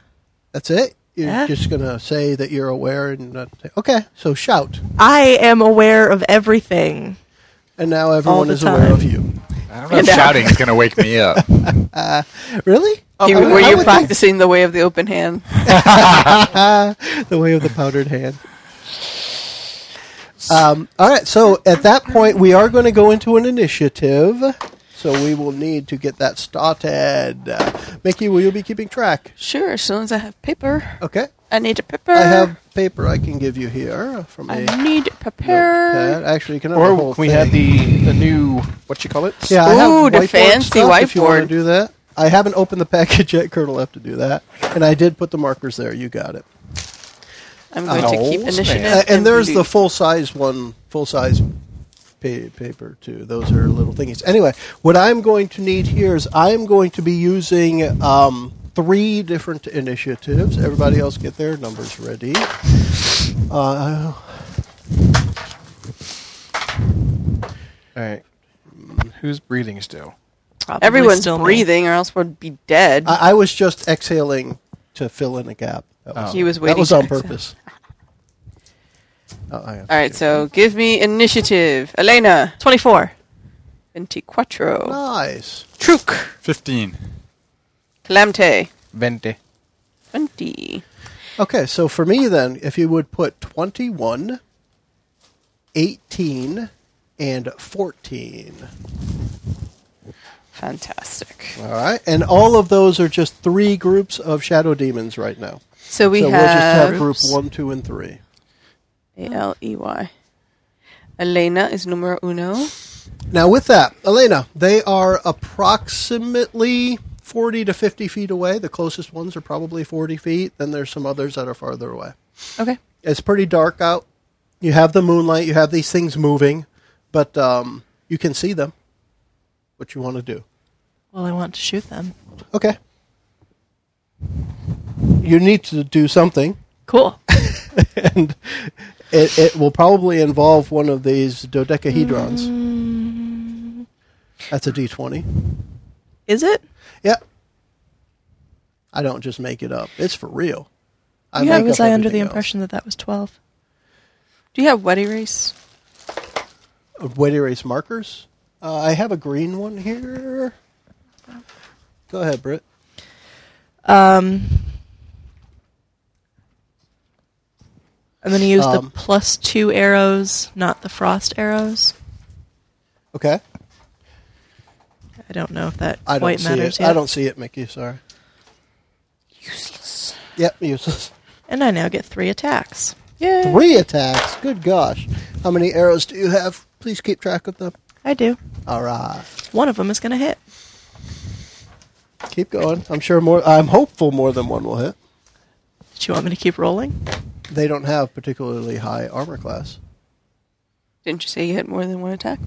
Speaker 1: That's it. You're
Speaker 3: Yeah.
Speaker 1: just going to say that you're aware and not say, okay, so shout.
Speaker 3: I am aware of everything.
Speaker 1: And now everyone
Speaker 3: the
Speaker 1: is aware
Speaker 3: time.
Speaker 1: of you.
Speaker 5: I
Speaker 3: (laughs)
Speaker 5: don't know if shouting is going to wake me up.
Speaker 1: Really?
Speaker 2: You-
Speaker 1: Oh, I-
Speaker 2: were
Speaker 1: I
Speaker 2: you
Speaker 1: would
Speaker 2: practicing the way of the open hand?
Speaker 1: think The way of the powdered hand. Um, all right, so at that point, we are going to go into an initiative. So we will need to get that started. Uh, Mickey, will you be keeping track?
Speaker 2: Sure, as soon as I have paper.
Speaker 1: Okay.
Speaker 2: I need to prepare.
Speaker 1: I have paper I can give you here from a
Speaker 2: I need to prepare.
Speaker 1: notepad. Actually, you can have the
Speaker 4: Or
Speaker 1: whole
Speaker 4: can we
Speaker 1: thing.
Speaker 4: have the the new what you call it?
Speaker 1: yeah. I have
Speaker 2: Ooh, the
Speaker 1: whiteboard
Speaker 2: fancy
Speaker 1: stuff If you want to
Speaker 2: whiteboard.
Speaker 1: do that, I haven't opened the package yet. Kurt will have to do that, and I did put the markers there. You got it.
Speaker 2: I'm going to keep
Speaker 5: Oh,
Speaker 2: initiative.
Speaker 5: snap.
Speaker 1: Uh, and there's the
Speaker 2: lead.
Speaker 1: full size one, full size pa- paper too. Those are little thingies. Anyway, what I'm going to need here is I am going to be using um, three different initiatives. Everybody else get their numbers ready. Uh,
Speaker 4: All right. Who's breathing still?
Speaker 3: Probably
Speaker 2: Everyone's
Speaker 3: still me.
Speaker 2: breathing, or else we'd be dead.
Speaker 1: I, I was just exhaling to fill in a gap. That was,
Speaker 2: he was waiting.
Speaker 1: that was on
Speaker 2: to exhale. (laughs)
Speaker 1: purpose. Oh, I have
Speaker 2: All right,
Speaker 1: to-
Speaker 2: so give me initiative, Elena.
Speaker 3: Twenty-four.
Speaker 2: Ventiquattro.
Speaker 1: Nice.
Speaker 2: Truk.
Speaker 5: 15.
Speaker 2: Calamte.
Speaker 4: Vente.
Speaker 2: Twenty.
Speaker 1: Okay, so for me then, if you would put 21, 18, and 14.
Speaker 2: Fantastic.
Speaker 1: All right, and all of those are just three groups of shadow demons right now.
Speaker 2: So we
Speaker 1: so we'll just
Speaker 2: have,
Speaker 1: have group one, two, and three.
Speaker 2: A L E Y. Elena is numero uno.
Speaker 1: Now, with that, Elena, they are approximately 40 to 50 feet away. The closest ones are probably 40 feet. Then there's some others that are farther away.
Speaker 2: Okay.
Speaker 1: It's pretty dark out. You have the moonlight, you have these things moving, but um, you can see them. What you want to do.
Speaker 3: Well, I want to shoot them.
Speaker 1: Okay. You need to do something, (laughs)
Speaker 3: Cool.
Speaker 1: and it, it will probably involve one of these dodecahedrons.
Speaker 3: Mm.
Speaker 1: That's a d20.
Speaker 3: Is it?
Speaker 1: Yep. I don't just make it up. It's for real. I
Speaker 3: yeah.
Speaker 1: make
Speaker 3: Was
Speaker 1: up
Speaker 3: I under the
Speaker 1: everything else.
Speaker 3: impression that that was twelve?
Speaker 2: Do you have wet erase?
Speaker 1: Wet erase markers. Uh, I have a green one here. Go ahead, Britt.
Speaker 3: Um. I'm going to use the
Speaker 1: Um,
Speaker 3: plus two arrows, not the frost arrows.
Speaker 1: Okay.
Speaker 3: I don't know if that
Speaker 1: I don't
Speaker 3: quite
Speaker 1: see
Speaker 3: matters
Speaker 1: it.
Speaker 3: yet.
Speaker 1: I don't see it, Mickey. Sorry. Useless. Yep, useless.
Speaker 3: And I now get three attacks.
Speaker 2: Yeah.
Speaker 1: Three attacks. Good gosh. How many arrows do you have? Please keep track of them.
Speaker 3: I do.
Speaker 1: All right.
Speaker 3: One of them is going to hit.
Speaker 1: Keep going. I'm sure more. I'm hopeful more than one will hit.
Speaker 3: Do you want me to keep rolling?
Speaker 1: They don't have particularly high armor class.
Speaker 2: Didn't you say you had more than one attack?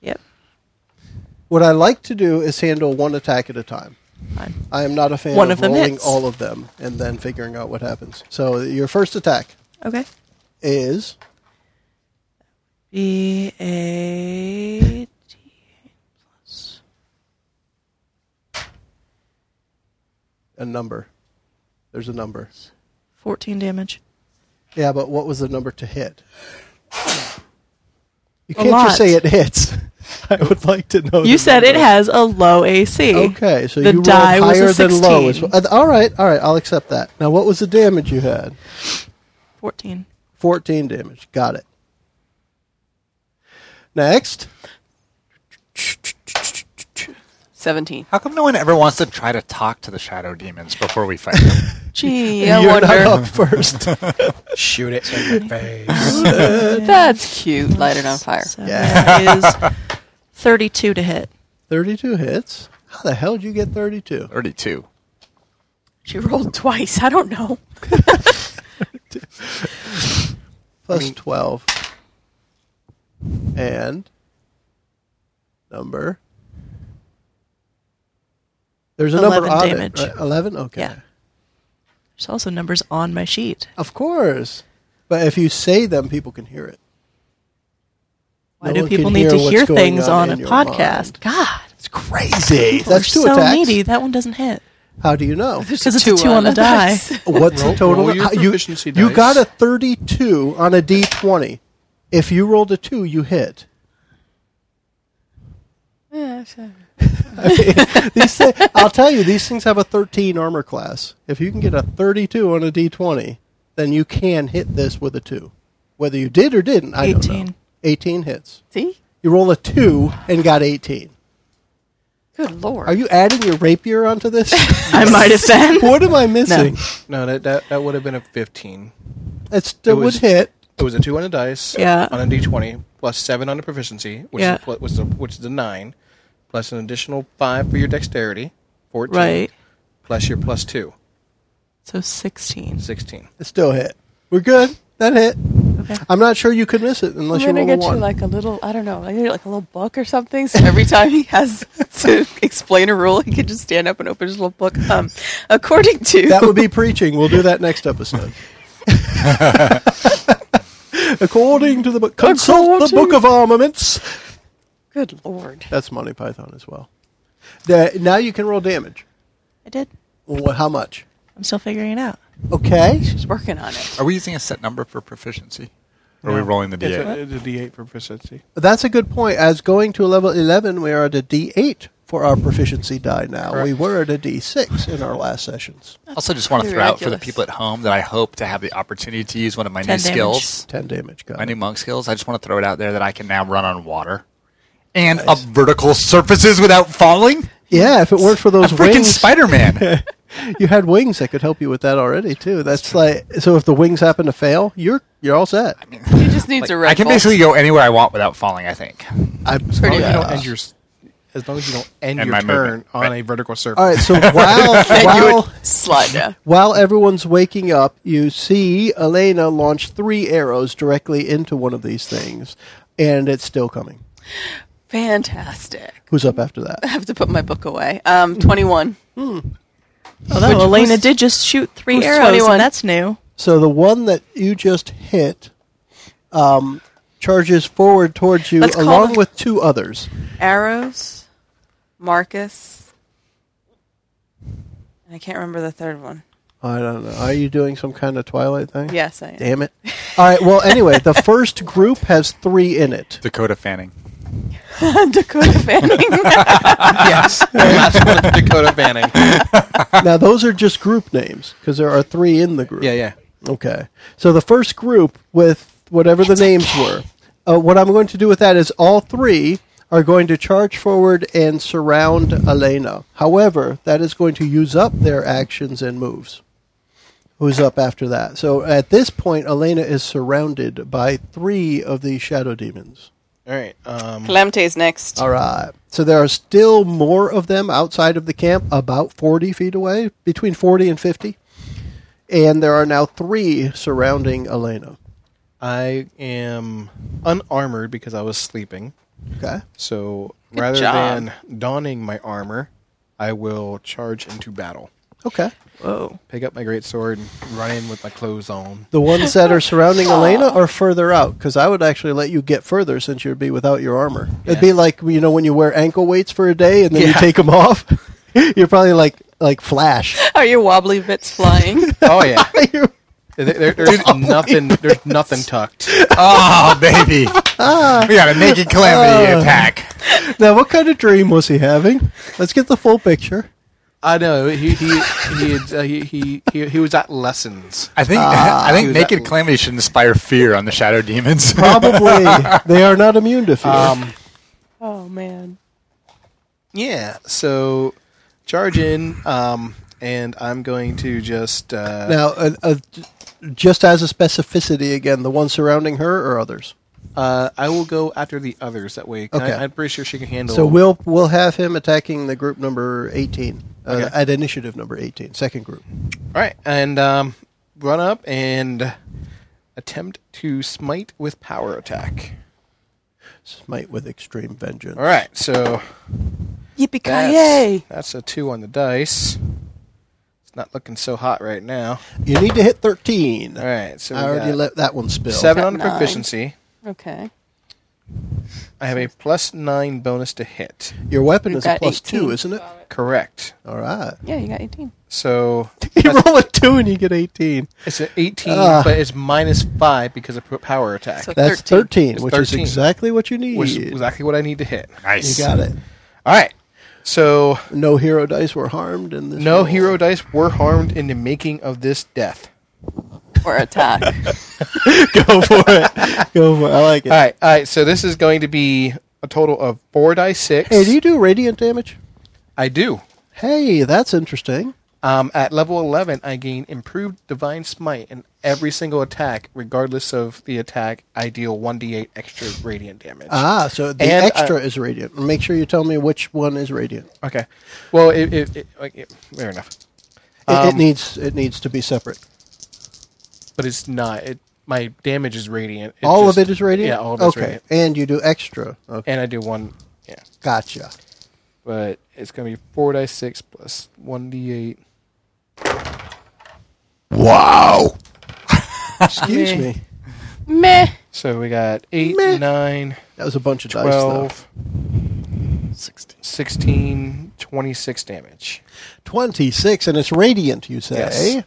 Speaker 3: Yep.
Speaker 1: What I like to do is handle one attack at a time.
Speaker 3: Fine.
Speaker 1: I am not a fan
Speaker 3: One
Speaker 1: of
Speaker 3: of them
Speaker 1: rolling
Speaker 3: hits.
Speaker 1: all of them and then figuring out what happens. So your first attack
Speaker 3: Okay.
Speaker 1: is
Speaker 3: B A D plus.
Speaker 1: a number. There's a number.
Speaker 3: 14 damage.
Speaker 1: Yeah, but what was the number to hit? You
Speaker 3: A
Speaker 1: can't just
Speaker 3: lot.
Speaker 1: say it hits. (laughs) I would like Oh, to know.
Speaker 3: You
Speaker 1: the
Speaker 3: said it
Speaker 1: number.
Speaker 3: has a low AC.
Speaker 1: Okay, so
Speaker 3: the
Speaker 1: you
Speaker 3: die
Speaker 1: rolled higher
Speaker 3: was a
Speaker 1: than low. as
Speaker 3: 16.
Speaker 1: well. Uh, All right, all right, I'll accept that. Now, what was the damage you had?
Speaker 3: 14.
Speaker 1: 14 damage. Got it. Next.
Speaker 2: Seventeen.
Speaker 5: How come no one ever wants to try to talk to the shadow demons before we fight them?
Speaker 1: (laughs)
Speaker 2: Gee, I
Speaker 1: You're not
Speaker 2: wonder.
Speaker 1: up first.
Speaker 4: Shoot it in the
Speaker 3: (laughs)
Speaker 4: face.
Speaker 2: That's cute. Light it on fire.
Speaker 3: So
Speaker 1: Yeah. (laughs)
Speaker 3: that is 32 to hit.
Speaker 1: 32 hits. How the hell did you get 32?
Speaker 5: 32.
Speaker 2: She rolled twice. I don't know.
Speaker 1: Plus 12. And number. There's a number
Speaker 3: 11
Speaker 1: on
Speaker 3: damage.
Speaker 1: it. right? 11? Okay.
Speaker 3: Yeah. There's also numbers on my sheet.
Speaker 1: Of course. But if you say them, people can hear it.
Speaker 3: Why
Speaker 1: No
Speaker 3: do
Speaker 1: one can
Speaker 3: people need
Speaker 1: hear
Speaker 3: to
Speaker 1: what's
Speaker 3: hear
Speaker 1: going
Speaker 3: things
Speaker 1: on
Speaker 3: on,
Speaker 1: in
Speaker 3: a
Speaker 1: your
Speaker 3: podcast? God,
Speaker 1: It's crazy.
Speaker 3: people are
Speaker 1: That's two
Speaker 3: so
Speaker 1: attacks.
Speaker 3: needy. That one doesn't hit
Speaker 1: How do you know?
Speaker 3: because it's a two on the die. (laughs)
Speaker 1: What's
Speaker 4: Roll-
Speaker 1: the total?
Speaker 4: roll your
Speaker 1: How- you,
Speaker 4: proficiency
Speaker 1: you
Speaker 4: dice.
Speaker 1: got a 32 on a d20. If you rolled a 2, you hit. (laughs) These thi- I'll tell you, these things have a 13 armor class. If you can get a 32 on a d20, then you can hit this with a 2. Whether you did or didn't, I don't know.
Speaker 3: 18.
Speaker 1: 18 hits.
Speaker 2: (laughs) See?
Speaker 1: You roll a 2 and got 18.
Speaker 2: Good lord.
Speaker 1: Are you adding your rapier onto this?
Speaker 3: I might have been.
Speaker 1: what am I missing?
Speaker 4: No, that, that, that would have been a 15.
Speaker 1: It still
Speaker 4: It was-
Speaker 1: would hit.
Speaker 4: It was a 2 on a dice,
Speaker 3: Yeah.
Speaker 4: on a d20, plus 7 on the proficiency, which,
Speaker 3: Yeah.
Speaker 4: is, a, pl- which, is a, which is a 9, plus an additional 5 for your dexterity, 14,
Speaker 3: Right.
Speaker 4: plus your plus 2,
Speaker 3: So 16.
Speaker 4: 16.
Speaker 1: It still hit. We're good. That hit.
Speaker 3: Okay.
Speaker 1: I'm not sure you could miss it unless you
Speaker 2: I'm gonna
Speaker 1: roll a
Speaker 2: get you
Speaker 1: one.
Speaker 2: like a little, I don't know, like, like a little book or something. So every time he has (laughs) to explain a rule, he can just stand up and open his little book. Um, according to
Speaker 1: that would be preaching. We'll do that next
Speaker 2: (laughs)
Speaker 1: episode. According to the book, consult the
Speaker 2: According-
Speaker 1: book of armaments.
Speaker 2: (laughs) good lord,
Speaker 1: That's Monty Python as well. The- now you can roll damage.
Speaker 3: I did.
Speaker 1: Wha how much?
Speaker 3: I'm still figuring it out.
Speaker 1: Okay.
Speaker 2: she's working on it.
Speaker 5: Are we using a set number for proficiency? Or are we rolling the
Speaker 4: It's
Speaker 5: D8?
Speaker 4: a, it's a d8 for proficiency.
Speaker 1: That's a good point. As going to level 11, we are at a D8 for our proficiency die now. We
Speaker 4: Correct.
Speaker 1: were at a D6 in our last sessions.
Speaker 5: Also, just want to throw out for the
Speaker 2: Miraculous.
Speaker 5: people at home that I hope to have the opportunity to use one of my new
Speaker 3: Ten damage.
Speaker 5: skills,
Speaker 1: 10 damage. Got
Speaker 5: my
Speaker 1: it.
Speaker 5: new monk skills. I just want to throw it out there that I can now run on water and up vertical surfaces without falling.
Speaker 1: Yeah, if it weren't for those
Speaker 5: I'm freaking
Speaker 1: wings.
Speaker 5: Spider
Speaker 3: (laughs)
Speaker 5: Man.
Speaker 1: (laughs) you had wings that could help you with that already too. That's like so if the wings happen to fail, you're you're all set.
Speaker 2: He just needs a red.
Speaker 5: I can
Speaker 2: (laughs)
Speaker 5: basically go anywhere I want without falling, I think.
Speaker 1: I
Speaker 4: As long
Speaker 1: pretty
Speaker 4: as you don't end your, s- as long as you don't end
Speaker 5: And
Speaker 4: your
Speaker 5: my
Speaker 4: turn
Speaker 5: movement,
Speaker 4: on
Speaker 5: right.
Speaker 4: a vertical surface.
Speaker 1: All
Speaker 4: (laughs)
Speaker 1: right, so while while,
Speaker 2: slide down.
Speaker 1: while everyone's waking up, you see Elena launch three arrows directly into one of these things, and it's still coming.
Speaker 2: Fantastic.
Speaker 1: Who's up after
Speaker 2: I
Speaker 1: (laughs) that?
Speaker 2: have to put my book away. Um, twenty-one.
Speaker 3: Although
Speaker 2: Which-
Speaker 3: Elena
Speaker 2: who's-
Speaker 3: did just shoot three
Speaker 2: who's
Speaker 3: arrows,
Speaker 2: 21?
Speaker 3: and that's new.
Speaker 1: So the one that you just hit um, charges forward towards you
Speaker 2: Let's call
Speaker 1: along
Speaker 2: them-
Speaker 1: with two others.
Speaker 2: Arrows, Marcus, and I can't remember the third one.
Speaker 1: I don't know. Are you doing some kind of Twilight thing?
Speaker 2: Yes, I am.
Speaker 1: Damn it. All right. Well, anyway,
Speaker 4: (laughs)
Speaker 1: the first group has three in it.
Speaker 5: Dakota Fanning.
Speaker 2: (laughs) Dakota
Speaker 5: (laughs)
Speaker 2: Fanning.
Speaker 4: (laughs) yes. The last one, Dakota Fanning.
Speaker 1: Now, those are just group names because there are three in the group.
Speaker 4: Yeah, yeah.
Speaker 1: Okay. So the first group with whatever the names were, uh, what I'm going to do with that is all three are going to charge forward and surround Elena. However, that is going to use up their actions and moves. Who's up after that? So at this point, Elena is surrounded by three of these shadow demons.
Speaker 4: All right. Um,
Speaker 2: Calamity's
Speaker 5: Oh.
Speaker 2: next.
Speaker 1: All right. So there are still more of them outside of the camp, about 40 feet away, between 40 and 50. And there are now three surrounding Elena.
Speaker 4: I am unarmored because I was sleeping.
Speaker 1: Okay.
Speaker 4: So rather
Speaker 2: job.
Speaker 4: than donning my armor, I will charge into battle.
Speaker 1: Okay.
Speaker 3: Whoa.
Speaker 4: Pick up my great sword and run in with my clothes on.
Speaker 1: The ones that are surrounding Elena are further out because I would actually let you get further since you'd be without your armor. It'd be like, you know, when you wear ankle weights for a day and then you
Speaker 4: Yeah.
Speaker 1: take them off, (laughs) you're probably like, like Flash. (laughs)
Speaker 2: Are your wobbly bits (laughs) flying?
Speaker 4: Oh (laughs) yeah.
Speaker 1: You're-
Speaker 4: There- there- there's nothing. (laughs) There's nothing tucked.
Speaker 5: Oh,
Speaker 3: (laughs)
Speaker 5: baby.
Speaker 3: Ah.
Speaker 5: we got a naked calamity attack.
Speaker 1: now, what kind of dream was he having? Let's get the full picture.
Speaker 4: I know. He he he had, uh, he, he he he was at lessons.
Speaker 5: I think
Speaker 1: Ah,
Speaker 5: (laughs) I think
Speaker 4: Dude, that-
Speaker 5: naked calamity should inspire fear on the
Speaker 1: (laughs)
Speaker 5: shadow demons.
Speaker 1: Probably they are not immune to fear.
Speaker 4: Um,
Speaker 2: oh man.
Speaker 4: Yeah. So charge in, um, and I'm going to just uh,
Speaker 1: Now, uh, uh, j- just as a specificity again, the one surrounding her or others.
Speaker 4: uh, I will go after the others. That way, okay.
Speaker 1: Okay.
Speaker 4: I, am pretty sure she can handle.
Speaker 1: So we'll we'll have him attacking the group number eighteen uh,
Speaker 4: Okay.
Speaker 1: at initiative number eighteen, second group.
Speaker 4: All right, and um, run up and attempt to smite with power attack.
Speaker 1: Smite with extreme vengeance.
Speaker 4: All right, so
Speaker 2: Yippee
Speaker 4: that's,
Speaker 2: ki
Speaker 4: that's a two on the dice. It's not looking so hot right now.
Speaker 1: You need to hit thirteen.
Speaker 4: All right, so we
Speaker 1: I already
Speaker 4: got
Speaker 1: let that one spill.
Speaker 4: seven on
Speaker 2: Nine.
Speaker 4: proficiency.
Speaker 2: Okay.
Speaker 4: I have a plus nine bonus to hit.
Speaker 1: Your weapon
Speaker 2: We've
Speaker 1: is a
Speaker 2: got
Speaker 1: plus
Speaker 2: 18.
Speaker 1: two, isn't it?
Speaker 4: Correct.
Speaker 1: All
Speaker 4: (laughs)
Speaker 1: right.
Speaker 2: Yeah, you got 18.
Speaker 4: So
Speaker 1: you roll a two and you get eighteen.
Speaker 4: it's an eighteen,
Speaker 1: Ah.
Speaker 4: but it's minus five because of p- power attack,
Speaker 2: So-
Speaker 1: That's
Speaker 2: 13.
Speaker 1: thirteen,
Speaker 4: It's
Speaker 1: which is
Speaker 4: 13.
Speaker 1: exactly what you need.
Speaker 4: which is exactly what I need to hit.
Speaker 1: you
Speaker 5: (laughs) Nice.
Speaker 1: got it.
Speaker 4: All right, so
Speaker 1: No hero dice were harmed in this.
Speaker 4: no
Speaker 1: roll. (laughs)
Speaker 4: hero dice were harmed in the making of this death.
Speaker 2: Or attack.
Speaker 1: Go for it. Go for it. I like it.
Speaker 4: All right, all right. So this is going to be a total of four die six.
Speaker 1: Hey, do you do radiant damage?
Speaker 4: I do.
Speaker 1: Hey, that's interesting.
Speaker 4: Um, at level eleven, I gain improved divine smite in every single attack, regardless of the attack. I deal one d eight extra radiant damage.
Speaker 1: Ah, so the
Speaker 4: And, uh,
Speaker 1: extra is radiant. Make sure you tell me which one is radiant.
Speaker 4: okay. Well, it, it, it, like, it- fair enough,
Speaker 1: It, it
Speaker 4: Um,
Speaker 1: needs it needs to be separate.
Speaker 4: but it's not. It my damage is radiant.
Speaker 1: all
Speaker 4: just-
Speaker 1: of it is radiant.
Speaker 4: Yeah, all of it's
Speaker 1: okay.
Speaker 4: radiant.
Speaker 1: And you do extra. Okay,
Speaker 4: And I do one. Yeah, (laughs)
Speaker 1: gotcha.
Speaker 4: but it's going to be four die six plus one d eight.
Speaker 5: Wow.
Speaker 1: Excuse
Speaker 4: Meh.
Speaker 1: me.
Speaker 2: Meh.
Speaker 4: So we got eight,
Speaker 1: Meh.
Speaker 4: nine,
Speaker 1: That was a bunch of dice.
Speaker 4: twelve.
Speaker 5: 16.
Speaker 4: 16, 26 damage.
Speaker 1: Though. Twenty-six, and it's radiant. You say.
Speaker 4: Yes.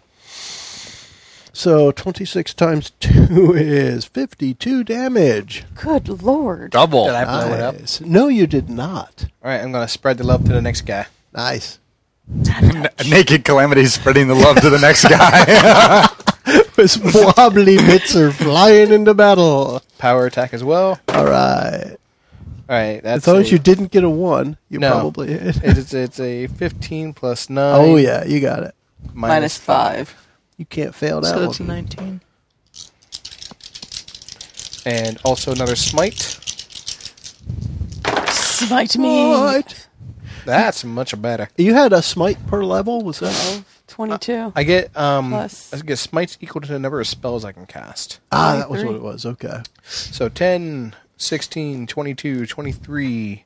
Speaker 1: So twenty-six times (laughs) two is fifty-two damage.
Speaker 2: (laughs) Good lord.
Speaker 5: Double.
Speaker 4: Did I blow it up?
Speaker 1: Nice. No, you did not.
Speaker 4: All right, I'm going to spread the love to the next guy.
Speaker 1: Nice.
Speaker 5: N- naked calamity spreading the love to the next guy.
Speaker 1: (laughs)
Speaker 5: (laughs)
Speaker 1: His wobbly bits are flying into battle.
Speaker 4: Power attack as well. All
Speaker 1: All right.
Speaker 4: right,
Speaker 1: As
Speaker 4: that's
Speaker 1: long
Speaker 4: a,
Speaker 1: as you didn't get a one, you
Speaker 4: No.
Speaker 1: probably hit.
Speaker 4: (laughs) It's, it's a 15 plus
Speaker 1: (laughs)
Speaker 4: 9.
Speaker 1: Oh yeah, you got it.
Speaker 2: Minus five.
Speaker 1: You can't fail that
Speaker 3: So
Speaker 1: one.
Speaker 3: that's a 19.
Speaker 4: And also another smite.
Speaker 2: Smite
Speaker 1: What?
Speaker 4: That's much better.
Speaker 1: You had a smite per level, was that?
Speaker 2: 22.
Speaker 4: I get um
Speaker 2: Plus.
Speaker 4: I get smites equal to the number of spells I can cast.
Speaker 1: Ah, that was
Speaker 2: 23.
Speaker 1: what it was. Okay.
Speaker 4: So 10, 16, 22, 23,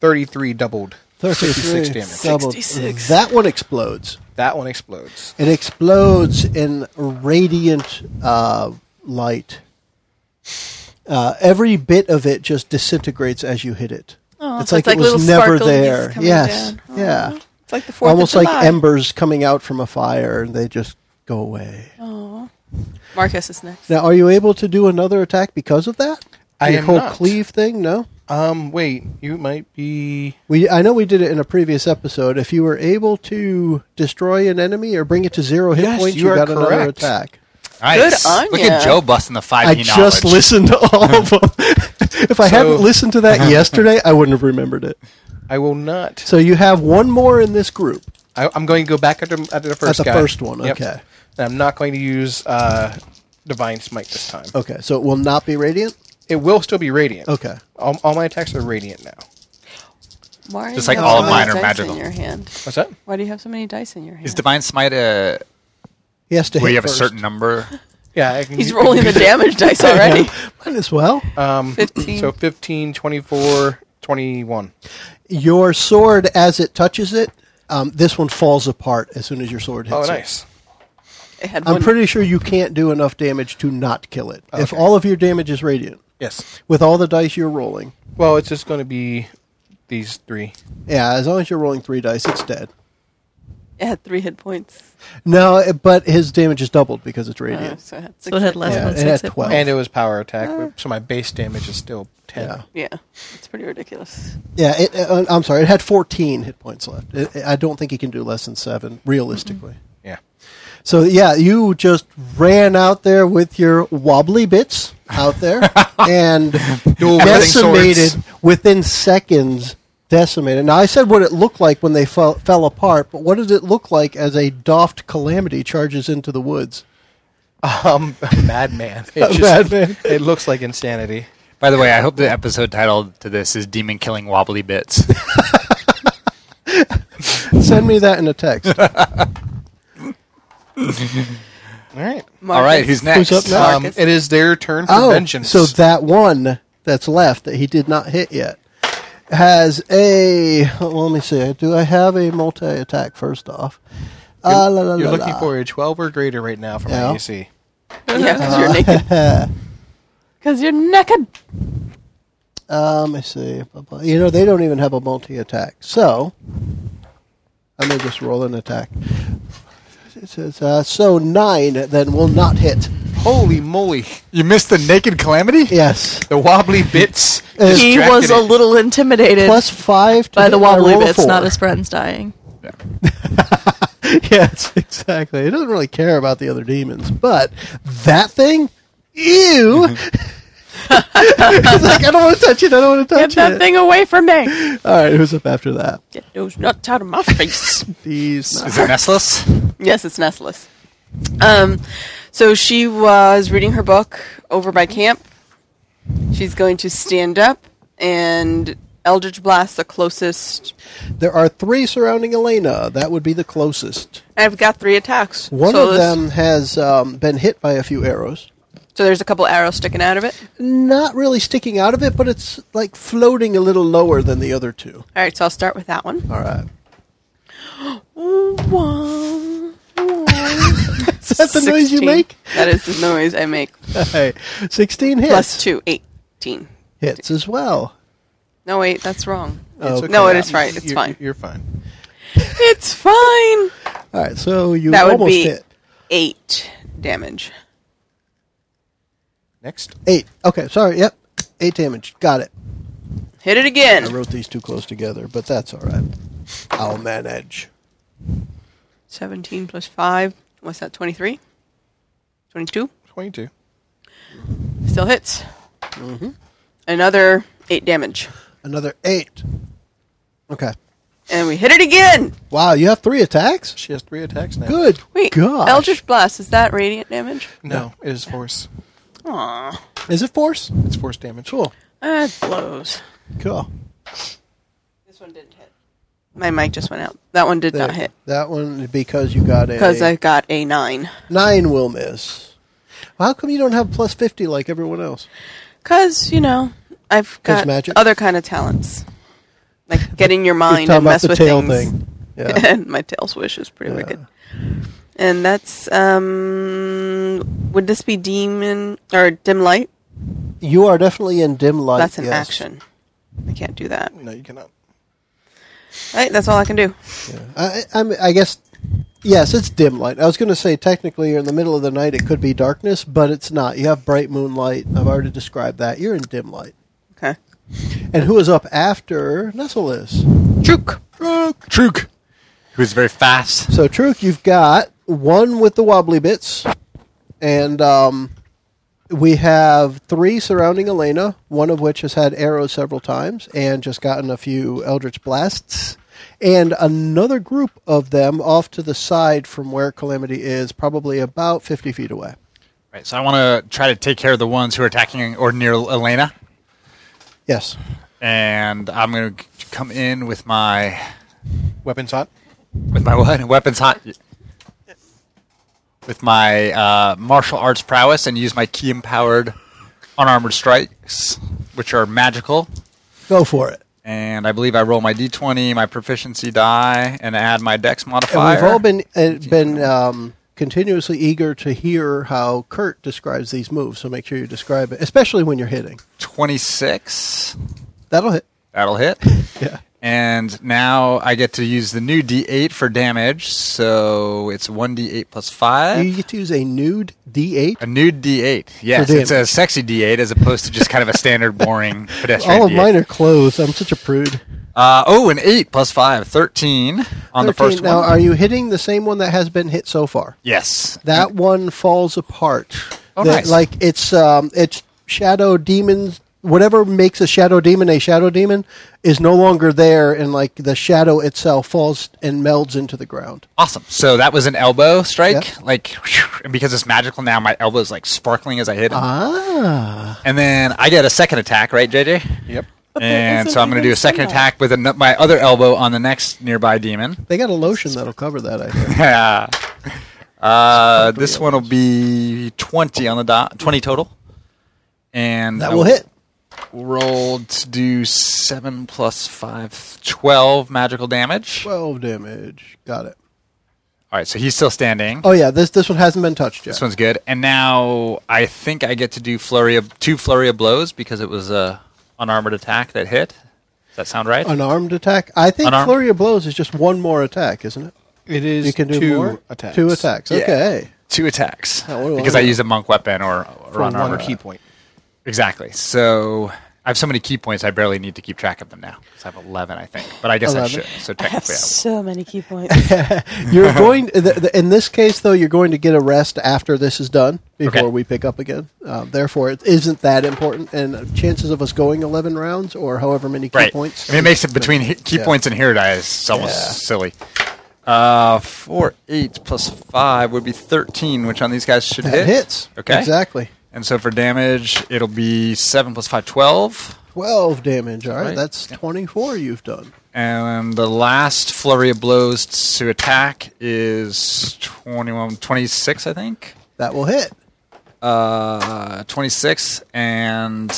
Speaker 4: 33 doubled. 66 damage.
Speaker 1: Doubled.
Speaker 2: 66.
Speaker 1: That one explodes.
Speaker 4: That one explodes.
Speaker 1: It explodes in radiant uh, light. Uh, every bit of it just disintegrates as you hit it.
Speaker 2: Oh,
Speaker 1: it's
Speaker 2: so
Speaker 1: like
Speaker 2: it's like
Speaker 1: it was
Speaker 2: little
Speaker 1: never
Speaker 2: sparklies
Speaker 1: there.
Speaker 2: coming
Speaker 1: Yes.
Speaker 2: down. Oh.
Speaker 1: Yeah.
Speaker 2: It's like the fourth
Speaker 1: Almost
Speaker 2: of
Speaker 1: like
Speaker 2: July.
Speaker 1: embers coming out from a fire, and they just go away.
Speaker 2: Aw. Marcus is next.
Speaker 1: Now, are you able to do another attack because of that?
Speaker 4: I
Speaker 1: Your
Speaker 4: am
Speaker 1: whole
Speaker 4: not.
Speaker 1: cleave thing? No.
Speaker 4: Um wait, you might be
Speaker 1: We I know we did it in a previous episode. If you were able to destroy an enemy or bring it to zero hit
Speaker 4: Yes,
Speaker 1: points,
Speaker 4: you
Speaker 1: you,
Speaker 4: are
Speaker 1: got another
Speaker 4: correct.
Speaker 1: attack.
Speaker 5: nice.
Speaker 2: Good on
Speaker 5: Look
Speaker 2: ya.
Speaker 5: at Joe busting the five.
Speaker 1: I just listened to all of
Speaker 4: (laughs)
Speaker 1: them. if I
Speaker 4: So-
Speaker 1: hadn't listened to
Speaker 4: (laughs)
Speaker 1: that yesterday, I wouldn't have remembered it.
Speaker 4: I will not
Speaker 1: So you have one more in this group.
Speaker 4: I, I'm going to go back at the, at the first
Speaker 1: the
Speaker 4: guy.
Speaker 1: first one, okay.
Speaker 4: And I'm not going to use uh, Divine Smite this time.
Speaker 1: Okay, so it will not be radiant.
Speaker 4: It will still be Radiant.
Speaker 1: Okay.
Speaker 4: All, all my attacks are Radiant now.
Speaker 2: Mario,
Speaker 5: Just like
Speaker 2: you have
Speaker 5: all
Speaker 2: so
Speaker 5: of mine
Speaker 2: many dice
Speaker 5: are
Speaker 2: in
Speaker 5: magical.
Speaker 2: your hand.
Speaker 4: What's that?
Speaker 2: Why do you have so many dice in your hand?
Speaker 5: Is Divine Smite a
Speaker 1: He has to
Speaker 5: where
Speaker 1: hit
Speaker 5: you have
Speaker 1: first.
Speaker 5: a certain number?
Speaker 4: Yeah, I can
Speaker 2: He's
Speaker 4: u-
Speaker 2: rolling the damage (laughs) dice
Speaker 5: (laughs)
Speaker 2: already.
Speaker 1: (laughs) Might as well.
Speaker 4: Um,
Speaker 2: 15.
Speaker 4: (laughs) So 15, 24, 21.
Speaker 1: Your sword, as it touches it, um, this one falls apart as soon as your sword hits
Speaker 4: Oh,
Speaker 1: it.
Speaker 4: nice.
Speaker 2: It had
Speaker 1: I'm
Speaker 2: one-
Speaker 1: pretty sure you can't do enough damage to not kill it. If
Speaker 4: Okay.
Speaker 1: all of your damage is radiant,
Speaker 4: Yes.
Speaker 1: with all the dice you're rolling,
Speaker 4: Well, it's just going to be these three.
Speaker 1: yeah, as long as you're rolling three dice, it's dead.
Speaker 2: It had three hit points.
Speaker 1: No, it- but his damage is doubled because
Speaker 4: Uh-huh.
Speaker 1: it's
Speaker 2: Uh,
Speaker 1: radiant.
Speaker 2: so it had, six
Speaker 3: So it had
Speaker 2: hit
Speaker 3: less
Speaker 1: Yeah,
Speaker 3: than
Speaker 1: it
Speaker 3: six
Speaker 1: had
Speaker 3: hit points.
Speaker 1: 12.
Speaker 4: And it was power attack, so my base damage is still 10.
Speaker 1: Yeah.
Speaker 2: Yeah, it's pretty ridiculous.
Speaker 1: Yeah, it, uh, I'm sorry, it had 14 hit points left. It, I don't think he can do less than seven realistically.
Speaker 5: Mm-hmm.
Speaker 4: Yeah.
Speaker 1: So yeah, you just ran out there with your wobbly
Speaker 5: (laughs)
Speaker 1: bits out there and
Speaker 5: Dual wielding
Speaker 1: decimated
Speaker 5: swords.
Speaker 1: within seconds decimated. Now I said what it looked like when they fell, fell apart, but what does it look like as a doffed calamity charges into the woods?
Speaker 4: (laughs) Um, madman. It just-
Speaker 1: Madman.
Speaker 4: (laughs) It looks like insanity.
Speaker 5: By the way, I hope the episode title to this is Demon Killing Wobbly
Speaker 1: (laughs)
Speaker 5: Bits.
Speaker 1: Send me that in a text.
Speaker 4: All right.
Speaker 5: All right, who's next?
Speaker 1: up next?
Speaker 4: Um,
Speaker 2: Marcus.
Speaker 4: it is their turn for
Speaker 1: oh,
Speaker 4: vengeance.
Speaker 1: so that one that's left that he did not hit yet has a. Well, let me see. Do I have a multi attack first off?
Speaker 4: you're,
Speaker 1: Ah, la, la,
Speaker 4: you're
Speaker 1: la,
Speaker 4: looking
Speaker 1: la.
Speaker 4: for a 12 or greater right now from
Speaker 1: Yeah.
Speaker 4: my AC.
Speaker 2: (laughs) Yeah, because you're naked. (laughs) Because you're naked.
Speaker 1: Um, let me see. Blah, blah. You know, they don't even have a multi attack. So, I'm going to just roll an attack. It says, uh, so nine then will not hit.
Speaker 4: Holy moly.
Speaker 5: You missed the naked calamity?
Speaker 1: Yes.
Speaker 4: The wobbly
Speaker 5: (laughs)
Speaker 4: bits.
Speaker 1: It's
Speaker 3: Uh, He
Speaker 4: distracted
Speaker 3: was a
Speaker 4: it.
Speaker 3: little intimidated
Speaker 1: Plus five to
Speaker 3: by
Speaker 1: hit,
Speaker 3: the
Speaker 1: I
Speaker 3: wobbly
Speaker 1: roll a
Speaker 3: bits,
Speaker 1: four.
Speaker 3: not his friends dying.
Speaker 1: (laughs) yes, exactly. It doesn't really care about the other demons, but that thing, ew. (laughs) It's like I don't want to touch it. I don't want to touch
Speaker 2: Mm-hmm. Get that
Speaker 1: it.
Speaker 2: thing away from me.
Speaker 1: All right, who's up after that?
Speaker 2: Get those nuts out of my face.
Speaker 1: These.
Speaker 5: Is it Nestless?
Speaker 2: (laughs) yes, it's Nestle's. Um, so she was reading her book over by camp. She's going to stand up and Eldritch Blast, the closest.
Speaker 1: There are three surrounding Elena. That would be the closest.
Speaker 2: I've got three attacks.
Speaker 1: One
Speaker 2: so
Speaker 1: of
Speaker 2: there's-
Speaker 1: them has um, been hit by a few arrows.
Speaker 2: So there's a couple arrows sticking out of it.
Speaker 1: Not really sticking out of it, but it's like floating a little lower than the other two.
Speaker 2: All right, so I'll start with that one.
Speaker 1: All right. (laughs) (laughs) Is that the noise you
Speaker 2: 16.
Speaker 1: make?
Speaker 2: That is the noise I make.
Speaker 1: Hey, 16 hits.
Speaker 2: Plus two, 18.
Speaker 1: Hits as well.
Speaker 2: No, wait, that's wrong.
Speaker 1: Oh,
Speaker 4: okay.
Speaker 2: No, it is right. It's
Speaker 4: You're-
Speaker 2: fine.
Speaker 4: You're fine.
Speaker 2: It's fine.
Speaker 1: All right, so you
Speaker 2: That would
Speaker 1: almost
Speaker 2: be
Speaker 1: hit.
Speaker 2: eight damage.
Speaker 4: Next.
Speaker 1: Eight. Okay, sorry. Yep. Eight damage. Got it.
Speaker 2: Hit it
Speaker 1: I
Speaker 2: again.
Speaker 1: wrote these too close together, but that's all right. I'll manage.
Speaker 2: 17 plus 5. What's that, 23? 22?
Speaker 4: 22.
Speaker 2: Still hits.
Speaker 1: Mm-hmm.
Speaker 2: Another 8 damage.
Speaker 1: Another eight. Okay.
Speaker 2: And we hit it again.
Speaker 1: Wow, you have three attacks?
Speaker 4: She has three attacks now.
Speaker 1: Good.
Speaker 2: Wait,
Speaker 1: God.
Speaker 2: Eldritch Blast, is that radiant damage?
Speaker 4: No, it is force.
Speaker 2: Aw,
Speaker 1: Is it force?
Speaker 4: It's force damage.
Speaker 1: Cool.
Speaker 2: that blows.
Speaker 1: Cool.
Speaker 2: This one didn't hit. My mic just went out. That one did
Speaker 1: There.
Speaker 2: not hit.
Speaker 1: That one, because you got a.
Speaker 2: Because I got a 9.
Speaker 1: Nine will miss. How come you don't have plus 50 like everyone else?
Speaker 2: Because, you know, I've
Speaker 1: 'Cause
Speaker 2: got
Speaker 1: magic?
Speaker 2: other kind of talents. Like get in your
Speaker 1: He's
Speaker 2: mind
Speaker 1: talking
Speaker 2: and
Speaker 1: about
Speaker 2: mess
Speaker 1: the
Speaker 2: with
Speaker 1: tail
Speaker 2: things. (laughs)
Speaker 1: thing. Yeah.
Speaker 2: and my tail swish is pretty
Speaker 1: Yeah.
Speaker 2: wicked. And that's um would this be demon or dim light?
Speaker 1: you are definitely in dim light.
Speaker 2: that's an
Speaker 1: yes.
Speaker 2: action. I can't do that.
Speaker 4: No, you cannot.
Speaker 2: Right, that's all I can do.
Speaker 1: I, I, I'm- I guess, yes, it's dim light. I was going to say technically you're in the middle of the night. It could be darkness, but it's not. You have bright moonlight. I've already described that. You're in dim light.
Speaker 2: Okay.
Speaker 1: And who is up after Nestleis?
Speaker 2: Juke.
Speaker 5: Truk. Who is very fast.
Speaker 1: So, Truk, you've got one with the wobbly bits, and um, we have three surrounding Elena, one of which has had arrows several times and just gotten a few Eldritch Blasts. And another group of them off to the side from where Calamity is, probably about 50 feet away.
Speaker 5: Right, so I want to try to take care of the ones who are attacking or near Elena.
Speaker 1: Yes.
Speaker 5: And I'm going to come in with my
Speaker 4: Weapons hot.
Speaker 5: with my (laughs) what? weapons hot with my uh, martial arts prowess and use my key empowered unarmored strikes, which are magical.
Speaker 1: Go for it.
Speaker 5: And I believe I roll my d20, my proficiency die, and add my dex
Speaker 1: And
Speaker 5: modifier.
Speaker 1: we've all been uh, been um, continuously eager to hear how Kurt describes these moves, so make sure you describe it, especially when you're hitting.
Speaker 5: 26.
Speaker 1: That'll hit.
Speaker 5: That'll hit.
Speaker 1: Yeah.
Speaker 5: And now I get to use the new d8 for damage. So it's 1d8 plus 5.
Speaker 1: You get to use a nude D8.
Speaker 5: A new D8. Yes,
Speaker 1: For
Speaker 5: it's a sexy D8 as opposed to just kind of
Speaker 1: (laughs)
Speaker 5: a standard boring pedestrian.
Speaker 1: All of
Speaker 5: D8.
Speaker 1: mine are closed. I'm such a prude.
Speaker 5: Uh, oh, an 8 plus 5, 13 on
Speaker 1: 13.
Speaker 5: the first
Speaker 1: now,
Speaker 5: one.
Speaker 1: are you hitting the same one that has been hit so far?
Speaker 5: yes.
Speaker 1: That one falls apart.
Speaker 5: Oh,
Speaker 1: The-
Speaker 5: nice.
Speaker 1: Like it's um, it's shadow demons whatever makes a shadow demon a shadow demon is no longer there, and like the shadow itself falls and melds into the ground.
Speaker 5: Awesome. So that was an elbow strike.
Speaker 1: Yeah.
Speaker 5: Like, whew, and because it's magical now, my elbow is like sparkling as I hit it.
Speaker 1: Ah,
Speaker 5: And then I get a second attack, right, JJ?
Speaker 4: Yep.
Speaker 5: And
Speaker 2: isn't
Speaker 5: so I'm going to do a
Speaker 2: even
Speaker 5: second
Speaker 2: similar.
Speaker 5: attack with an- my other elbow on the next nearby demon.
Speaker 1: they got a lotion that'll cover that. I
Speaker 5: (laughs)
Speaker 1: hear. (laughs)
Speaker 5: uh, this one will be 20 on the dot, 20 total. And
Speaker 1: That
Speaker 5: I
Speaker 1: will hit.
Speaker 5: Roll to do 7 plus 5, 12 magical damage.
Speaker 1: Twelve damage. Got it.
Speaker 5: All right, so he's still standing.
Speaker 1: Oh yeah, this this one hasn't been touched yet.
Speaker 5: This one's good. And now I think I get to do flurry of, two flurry of blows because it was a unarmored attack that hit. Does that sound right?
Speaker 1: Unarmed attack. I think
Speaker 5: Unarmed?
Speaker 1: flurry of blows is just one more attack, isn't it?
Speaker 4: It is
Speaker 1: You can do
Speaker 4: two
Speaker 1: more
Speaker 4: attacks.
Speaker 1: Two attacks.
Speaker 5: Yeah.
Speaker 1: Okay.
Speaker 5: two attacks
Speaker 1: Oh, what do I
Speaker 5: because I
Speaker 1: do?
Speaker 5: use a monk weapon or,
Speaker 4: for
Speaker 5: or
Speaker 4: one
Speaker 5: unarmored.
Speaker 4: key point.
Speaker 5: Exactly. So I have so many key points I barely need to keep track of them now. So I have eleven, I think. But I guess I
Speaker 1: 11.
Speaker 5: should. So technically, I will.
Speaker 2: so many
Speaker 1: (laughs)
Speaker 2: key points.
Speaker 1: You're going th- th- in this case though. You're going to get a rest after this is done before
Speaker 5: Okay.
Speaker 1: we pick up again. Um, therefore, it isn't that important. And chances of us going eleven rounds or however many key
Speaker 5: right.
Speaker 1: points.
Speaker 5: I mean, it makes it between he- key
Speaker 1: Yeah.
Speaker 5: points and here die is almost
Speaker 1: Yeah.
Speaker 5: silly. Uh, four, eight plus five would be thirteen, which on these guys should
Speaker 1: that
Speaker 5: hit.
Speaker 1: hits.
Speaker 5: Okay.
Speaker 1: Exactly.
Speaker 5: And so for damage, it'll be seven plus five, 12.
Speaker 1: Twelve damage. All right.
Speaker 5: Right.
Speaker 1: That's
Speaker 5: Yeah.
Speaker 1: twenty-four. You've done.
Speaker 5: And the last flurry of blows to attack is 21, 26, I think.
Speaker 1: That will hit.
Speaker 5: Uh, 26. And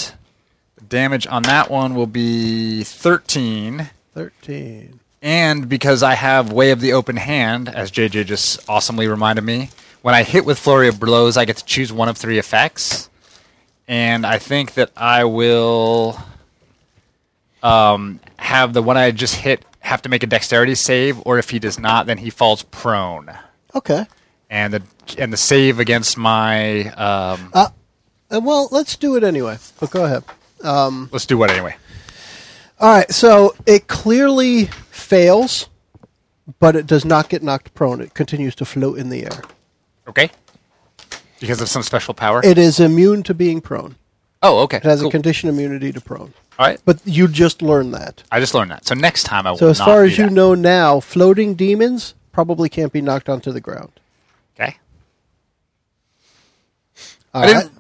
Speaker 5: damage on that one will be 13.
Speaker 1: Thirteen.
Speaker 5: And because I have Way of the Open Hand, as JJ just awesomely reminded me, when I hit with Flurry of Blows, I get to choose one of three effects. And I think that I will um, have the one I just hit have to make a dexterity save, or if he does not, then he falls prone.
Speaker 1: Okay.
Speaker 5: And the and the save against my um,
Speaker 1: Uh, uh, well, let's do it anyway. But go ahead.
Speaker 5: let's do what anyway.
Speaker 1: All right, so it clearly fails, but it does not get knocked prone. It continues to float in the air.
Speaker 5: Okay, because of some special power.
Speaker 1: It is immune to being prone.
Speaker 5: oh, okay.
Speaker 1: It has
Speaker 5: cool.
Speaker 1: a condition immunity to prone.
Speaker 5: All right, but
Speaker 1: But you just learned that.
Speaker 5: I just learned that. So next time I will.
Speaker 1: So as
Speaker 5: not
Speaker 1: far
Speaker 5: do
Speaker 1: as you
Speaker 5: that.
Speaker 1: know now, floating demons probably can't be knocked onto the ground.
Speaker 5: okay.
Speaker 1: All
Speaker 5: I
Speaker 1: right.
Speaker 5: didn't.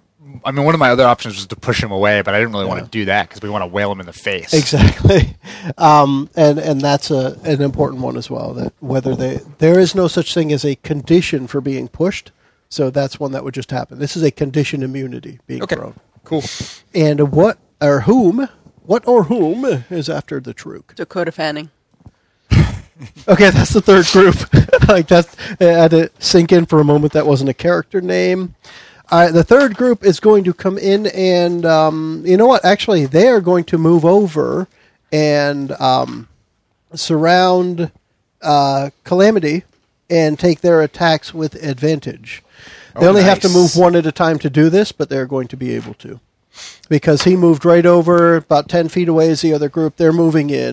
Speaker 5: I mean, one of my other options was to push him away, but I didn't really want to do that because we want to whale him in the face.
Speaker 1: Exactly, (laughs) um, and and that's a an important one as well. That whether they there is no such thing as a condition for being pushed, so that's one that would just happen. This is a condition immunity being
Speaker 5: Okay.
Speaker 1: prone.
Speaker 5: Cool.
Speaker 1: And what or whom? What or whom is after the Truk?
Speaker 2: Dakota Fanning.
Speaker 1: Okay, that's the third group. (laughs) like that, I had to sink in for a moment. That wasn't a character name. All right, the third group is going to come in, and um, you know what? Actually, they are going to move over and um, surround uh, Calamity and take their attacks with advantage. They
Speaker 5: Oh,
Speaker 1: only have to
Speaker 5: nice.
Speaker 1: move one at a time to do this, but they're going to be able to. because he moved right over about 10 feet away is the other group they're moving in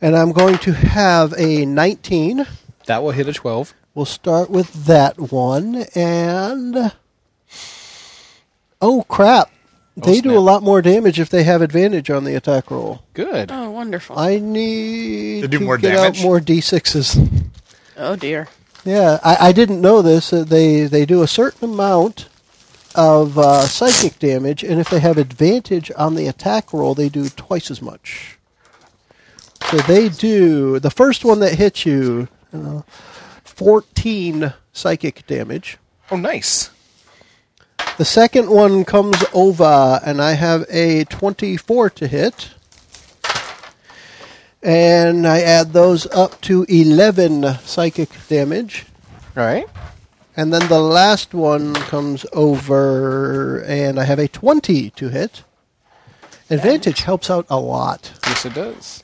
Speaker 1: and i'm going to have a 19
Speaker 4: That will hit a twelve.
Speaker 1: we'll start with that one and oh crap they do
Speaker 4: snap.
Speaker 1: a lot more damage if they have advantage on the attack roll
Speaker 4: Good.
Speaker 2: Oh, wonderful.
Speaker 1: i need
Speaker 5: They do
Speaker 1: to
Speaker 5: more
Speaker 1: get
Speaker 5: damage?
Speaker 1: out more d6s
Speaker 2: oh dear.
Speaker 1: yeah i, I didn't know this that they, they do a certain amount of uh, psychic damage and if they have advantage on the attack roll they do twice as much so they do the first one that hits you uh, 14 psychic damage
Speaker 4: Oh, nice.
Speaker 1: the second one comes over, and I have a 24 to hit. And I add those up to 11 psychic damage.
Speaker 4: All right.
Speaker 1: And then the last one comes over, and I have a 20 to hit. Advantage helps out a lot.
Speaker 4: Yes, it does.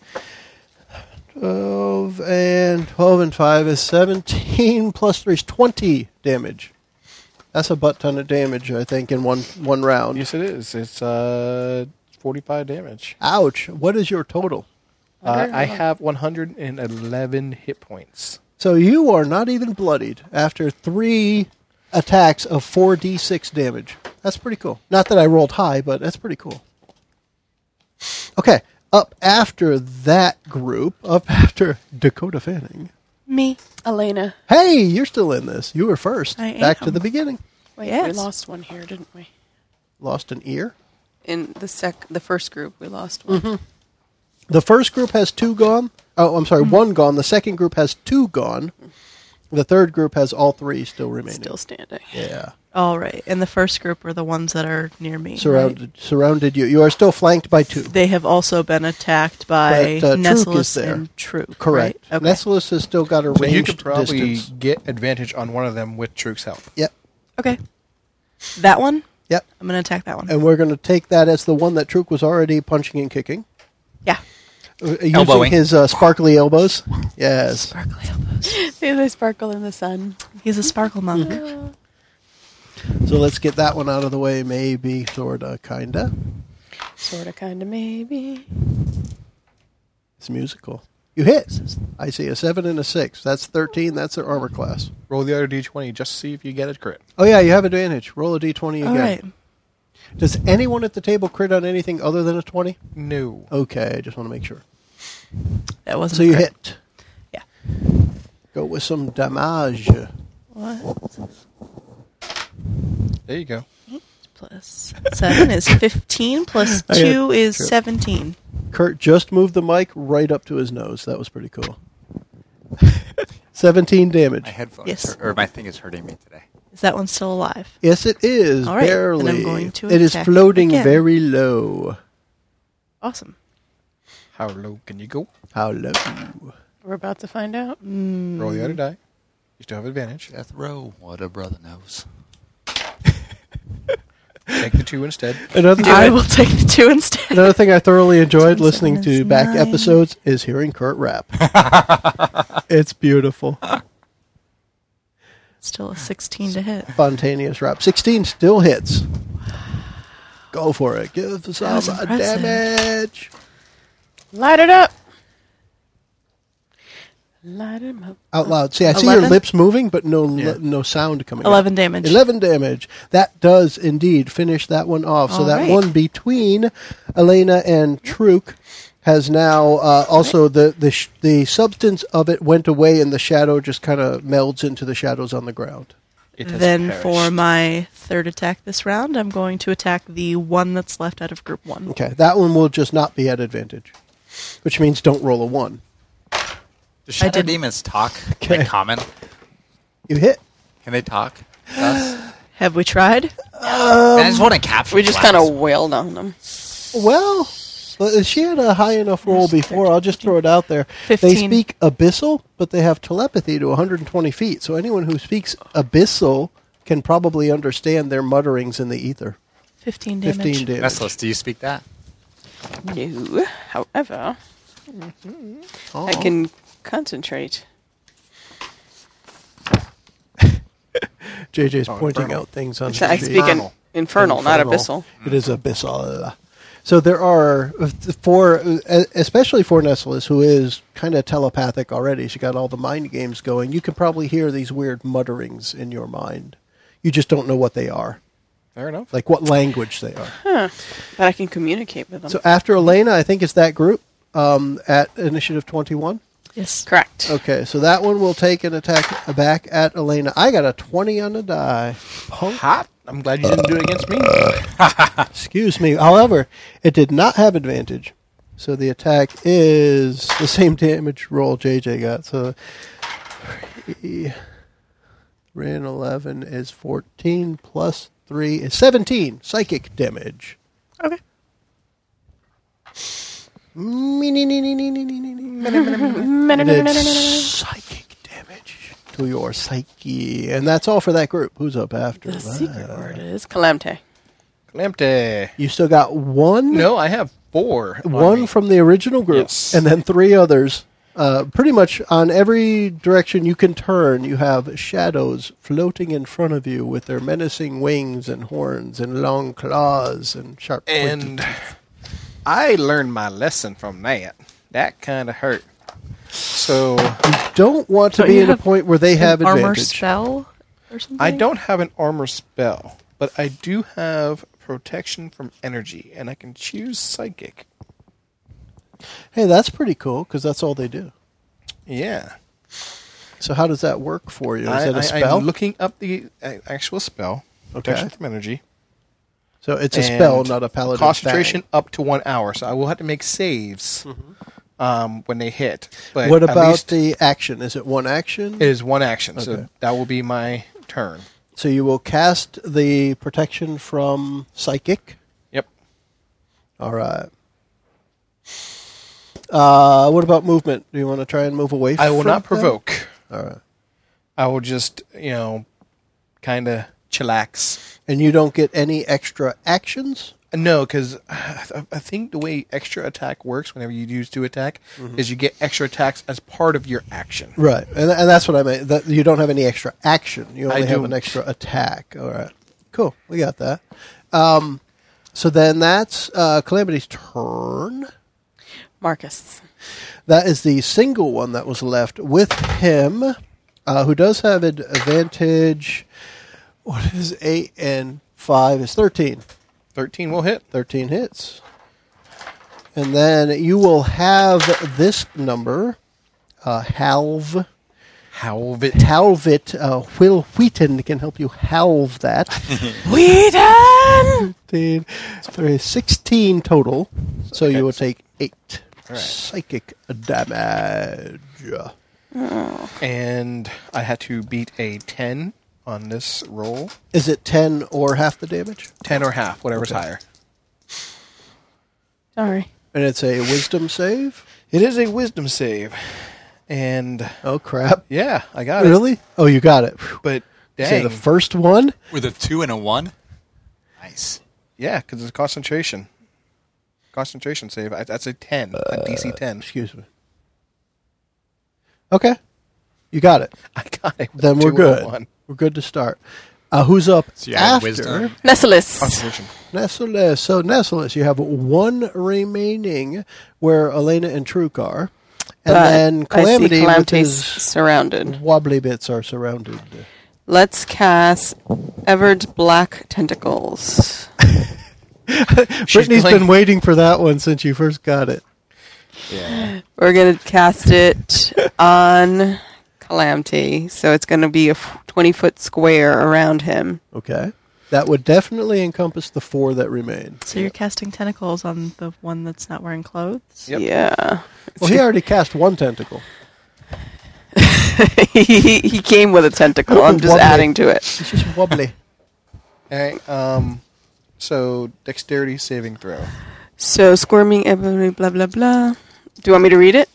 Speaker 1: 12 and 12 and 5 is 17 (laughs) plus 3 is 20 damage. That's a butt ton of damage, I think, in one, one round.
Speaker 4: Yes, it is. It's uh forty-five damage.
Speaker 1: Ouch. What is your total?
Speaker 4: Uh, I have one hundred and eleven hit points.
Speaker 1: So you are not even bloodied after three attacks of 4d6 damage. That's pretty cool. Not that I rolled high, but that's pretty cool. Okay, up after that group, up (laughs) after Dakota Fanning.
Speaker 3: Me.
Speaker 6: Elena.
Speaker 1: Hey, you're still in this. You were first.
Speaker 3: I
Speaker 1: Back to
Speaker 3: am.
Speaker 1: the beginning.
Speaker 6: Wait, we
Speaker 3: Yes.
Speaker 6: lost one here, didn't we?
Speaker 1: Lost an ear.
Speaker 2: In the sec, the first group, we lost one.
Speaker 1: The first group has two gone. Oh, I'm
Speaker 3: Mm-hmm.
Speaker 1: sorry, one gone. The second group has two gone. The third group has all three still remaining.
Speaker 6: Still standing.
Speaker 1: yeah.
Speaker 3: All right. And the first group are the ones that are near me.
Speaker 1: Surrounded surrounded you. You are still flanked by two.
Speaker 3: They have also been attacked by
Speaker 1: But, uh, Truk is
Speaker 3: Nessalus
Speaker 1: there.
Speaker 3: and True.
Speaker 1: Correct.
Speaker 3: Okay.
Speaker 1: Nessalus has still got a
Speaker 4: So
Speaker 1: ranged
Speaker 4: you could probably
Speaker 1: distance.
Speaker 4: get advantage on one of them with Truk's help.
Speaker 1: Yep.
Speaker 3: okay. That one.
Speaker 1: Yep.
Speaker 3: I'm gonna attack that one.
Speaker 1: And we're going to take that as the one that Truk was already punching and kicking.
Speaker 3: yeah.
Speaker 1: Uh, Using
Speaker 5: Elbowing.
Speaker 1: his uh, sparkly
Speaker 4: (laughs)
Speaker 1: elbows. Yes.
Speaker 3: Sparkly elbows.
Speaker 6: See, they sparkle in the sun.
Speaker 3: He's a sparkle monk.
Speaker 1: So let's get that one out of the way, maybe, sort of, kind of.
Speaker 6: Sort of, kind of, maybe.
Speaker 1: It's musical. You hit. I see a seven and a six. That's thirteen. That's their armor class.
Speaker 4: Roll the other d20 just to see if you get it correct.
Speaker 1: Oh yeah, you have advantage. Roll a d twenty
Speaker 3: All
Speaker 1: again.
Speaker 3: right.
Speaker 1: Does anyone at the table crit on anything other than a twenty?
Speaker 4: No.
Speaker 1: Okay, I just want to make sure.
Speaker 3: That wasn't.
Speaker 1: So you
Speaker 3: correct.
Speaker 1: hit.
Speaker 3: Yeah.
Speaker 1: Go with some damage.
Speaker 3: What?
Speaker 4: There you go.
Speaker 3: Plus seven is fifteen. Plus
Speaker 1: I had-
Speaker 3: two is
Speaker 1: True.
Speaker 3: seventeen.
Speaker 1: Kurt just moved the mic right up to his nose. That was pretty
Speaker 3: (laughs)
Speaker 1: cool. Seventeen damage.
Speaker 5: My headphones,
Speaker 3: Yes.
Speaker 5: hurt- or my thing is hurting me today.
Speaker 3: Is that one still alive?
Speaker 1: Yes, it is
Speaker 3: All right, then I'm
Speaker 1: barely.
Speaker 3: going to
Speaker 1: it is
Speaker 3: attack
Speaker 1: floating
Speaker 3: again.
Speaker 1: very low.
Speaker 3: Awesome.
Speaker 4: How low can you go?
Speaker 1: How low?
Speaker 6: We're about to find out.
Speaker 4: Roll the other die. You still have advantage.
Speaker 5: Death row. What a brother knows.
Speaker 4: Take the two instead.
Speaker 1: Another
Speaker 3: I will take the two
Speaker 1: (laughs)
Speaker 3: instead.
Speaker 1: Another thing I
Speaker 3: (laughs)
Speaker 1: thoroughly enjoyed
Speaker 3: Seven,
Speaker 1: listening
Speaker 3: seven
Speaker 1: to
Speaker 3: is
Speaker 1: back
Speaker 3: nine.
Speaker 1: episodes is hearing Kurt
Speaker 3: (laughs)
Speaker 1: rap. it's beautiful.
Speaker 3: Still a sixteen to hit.
Speaker 1: Spontaneous rap. 16 still hits. Go for it. Give some
Speaker 3: was impressive.
Speaker 1: damage.
Speaker 6: Light it up. Light 'em up.
Speaker 1: Out loud. See, I see your
Speaker 3: 11?
Speaker 1: lips moving, but no li-
Speaker 4: Yeah.
Speaker 1: no sound coming. out.
Speaker 3: 11 damage.
Speaker 1: 11 damage. That does indeed finish that one off. so
Speaker 3: All
Speaker 1: that
Speaker 3: right.
Speaker 1: one between Elena and Truk has now uh, also the the sh- the substance of it went away and the shadow just kind of melds into the shadows on the ground.
Speaker 4: It has
Speaker 3: Then for
Speaker 4: perished.
Speaker 3: my third attack this round, I'm going to attack the one that's left out of group one.
Speaker 1: Okay, that one will just not be at advantage, which means don't roll a one.
Speaker 5: Do shadow
Speaker 3: didn't-
Speaker 5: demons talk?
Speaker 1: Okay.
Speaker 5: Like common?
Speaker 1: You hit.
Speaker 5: Can they talk? to Us?
Speaker 3: Have we tried?
Speaker 1: Um,
Speaker 5: I just want to capture.
Speaker 2: We just kind of wailed on them.
Speaker 1: Well, uh, she had a high enough roll before. I'll just throw it out there. They
Speaker 3: 15.
Speaker 1: speak abyssal, but they have telepathy to 120 feet. So anyone who speaks abyssal can probably understand their mutterings in the ether.
Speaker 3: 15 damage.
Speaker 1: 15 damage.
Speaker 5: Nestless, do you speak that?
Speaker 2: No. However,
Speaker 6: mm-hmm.
Speaker 1: Aw.
Speaker 2: I can concentrate.
Speaker 1: JJ's
Speaker 4: Oh,
Speaker 1: pointing
Speaker 4: infernal.
Speaker 1: out things on
Speaker 2: So I
Speaker 1: the
Speaker 2: speak in
Speaker 4: Infernal.
Speaker 2: infernal, not abyssal.
Speaker 1: It is abyssal. So there are uh, for uh, especially for Nessalus, who is kind of telepathic already. She got all the mind games going. You can probably hear these weird mutterings in your mind. You just don't know what they are,
Speaker 4: Fair enough.
Speaker 1: like what language they are.
Speaker 2: But I can communicate with them.
Speaker 1: So after Elena, I think it's that group um, at initiative twenty-one.
Speaker 3: Yes.
Speaker 2: Correct.
Speaker 1: Okay, so that one will take an attack back at Elena. I got a twenty on the die. Punk.
Speaker 4: Hot. I'm glad you didn't do it against me.
Speaker 1: Excuse me. However, it did not have advantage. So the attack is the same damage roll JJ got. So three, three and 11 is 14 plus 3 is 17 psychic damage.
Speaker 3: Okay.
Speaker 1: It is psychic damage to your psyche. And that's all for that group. Who's up after
Speaker 6: The secret
Speaker 1: that?
Speaker 6: word is
Speaker 2: Calamte.
Speaker 4: Lampte.
Speaker 1: You still got one?
Speaker 4: No, I have four. on
Speaker 1: one
Speaker 4: me.
Speaker 1: from the original group
Speaker 4: Yes.
Speaker 1: and then three others uh, pretty much on every direction you can turn you have shadows floating in front of you with their menacing wings and horns and long claws and sharp pointed
Speaker 4: And
Speaker 1: teeth.
Speaker 4: I learned my lesson from that. That kind of hurt. So
Speaker 1: don't want to
Speaker 3: Don't
Speaker 1: be
Speaker 3: you
Speaker 1: in a
Speaker 3: have
Speaker 1: point where they have
Speaker 3: armor
Speaker 1: advantage
Speaker 3: spell or something?
Speaker 4: I don't have an armor spell, but I do have protection from energy, and I can choose psychic.
Speaker 1: Hey, that's pretty cool because that's all they do.
Speaker 4: Yeah.
Speaker 1: So how does that work for you? Is
Speaker 4: I,
Speaker 1: that a
Speaker 4: I-
Speaker 1: spell?
Speaker 4: I'm looking up the uh, actual spell. Protection from energy.
Speaker 1: so it's a spell,
Speaker 4: and
Speaker 1: not a paladin. thing.
Speaker 4: Concentration up to one hour, so I will have to make saves um, when they hit. But
Speaker 1: What
Speaker 4: at
Speaker 1: about
Speaker 4: least
Speaker 1: the action? Is it one action?
Speaker 4: it is one action,
Speaker 1: Okay.
Speaker 4: so that will be my turn.
Speaker 1: so you will cast the protection from psychic.
Speaker 4: Yep.
Speaker 1: All right. Uh, what about movement? Do you want to try and move away?
Speaker 4: I will
Speaker 1: from them?
Speaker 4: not provoke. I will just you know, kind of chillax.
Speaker 1: And you don't get any extra actions.
Speaker 4: No, because I th- I think the way extra attack works whenever you use two attack is you get extra attacks as part of your action.
Speaker 1: Right, and, and that's what I meant. That you don't have any extra action. You
Speaker 4: I
Speaker 1: only have
Speaker 4: do.
Speaker 1: an extra attack. All right, cool. We got that. Um, so then that's uh, Calamity's turn.
Speaker 2: Marcus.
Speaker 1: That is the single one that was left with him, uh, who does have an advantage. What is eight and five is thirteen.
Speaker 4: Thirteen will hit.
Speaker 1: 13 hits. And then you will have this number, uh, halve.
Speaker 4: Halve it.
Speaker 1: Halve it. Uh, Will Wheaton can help you halve
Speaker 4: (laughs)
Speaker 1: that.
Speaker 2: Whedon!
Speaker 1: 15, three- 16 total. So you will take 8
Speaker 4: right.
Speaker 1: psychic damage.
Speaker 4: and I had to beat a 10 on this roll.
Speaker 1: Is it 10 or half the damage?
Speaker 4: 10 or half, whatever's higher.
Speaker 6: Sorry.
Speaker 1: And it's a wisdom save?
Speaker 4: It is a wisdom save. And
Speaker 1: Oh, crap.
Speaker 4: yeah, I got it.
Speaker 1: Really? Oh, you got it. Whew.
Speaker 4: But
Speaker 1: So
Speaker 4: dang.
Speaker 1: the first one?
Speaker 5: With a two and a one? Nice.
Speaker 4: yeah, because it's concentration. Concentration save. I, that's a 10, a DC 10.
Speaker 1: Excuse me. Okay. You got it.
Speaker 4: (laughs) I got it. with
Speaker 1: Then
Speaker 4: a
Speaker 1: we're
Speaker 4: two and a
Speaker 1: good.
Speaker 4: one.
Speaker 1: We're good to start. Uh, who's up
Speaker 5: So you add
Speaker 1: after
Speaker 5: wisdom.
Speaker 2: Nessalus.
Speaker 4: Concentration.
Speaker 1: Nessalus? So Nessalus, you have one remaining where Elena and Truk are, and
Speaker 2: But
Speaker 1: then
Speaker 2: I
Speaker 1: Calamity, which
Speaker 2: see Calamity's
Speaker 1: is
Speaker 2: surrounded.
Speaker 1: wobbly bits are surrounded.
Speaker 2: Let's cast Ever's Black Tentacles.
Speaker 1: Brittany's
Speaker 4: going-
Speaker 1: been waiting for that one since you first got it.
Speaker 2: We're going to
Speaker 1: (laughs)
Speaker 2: cast it on Calamity. So it's going to be a 20 foot square around him.
Speaker 1: Okay, that would definitely encompass the four that remain.
Speaker 3: So you're casting tentacles on the one that's not wearing clothes.
Speaker 4: Yep.
Speaker 2: Yeah. (laughs)
Speaker 1: Well, he already cast one tentacle.
Speaker 2: he, he came with
Speaker 1: (laughs)
Speaker 2: a tentacle. I'm just
Speaker 1: Wobbly.
Speaker 2: adding to it.
Speaker 1: It's just
Speaker 4: (laughs)
Speaker 1: wobbly.
Speaker 4: All right. Um, so, dexterity saving throw.
Speaker 2: So squirming ebony blah blah blah. Do you want me to read it?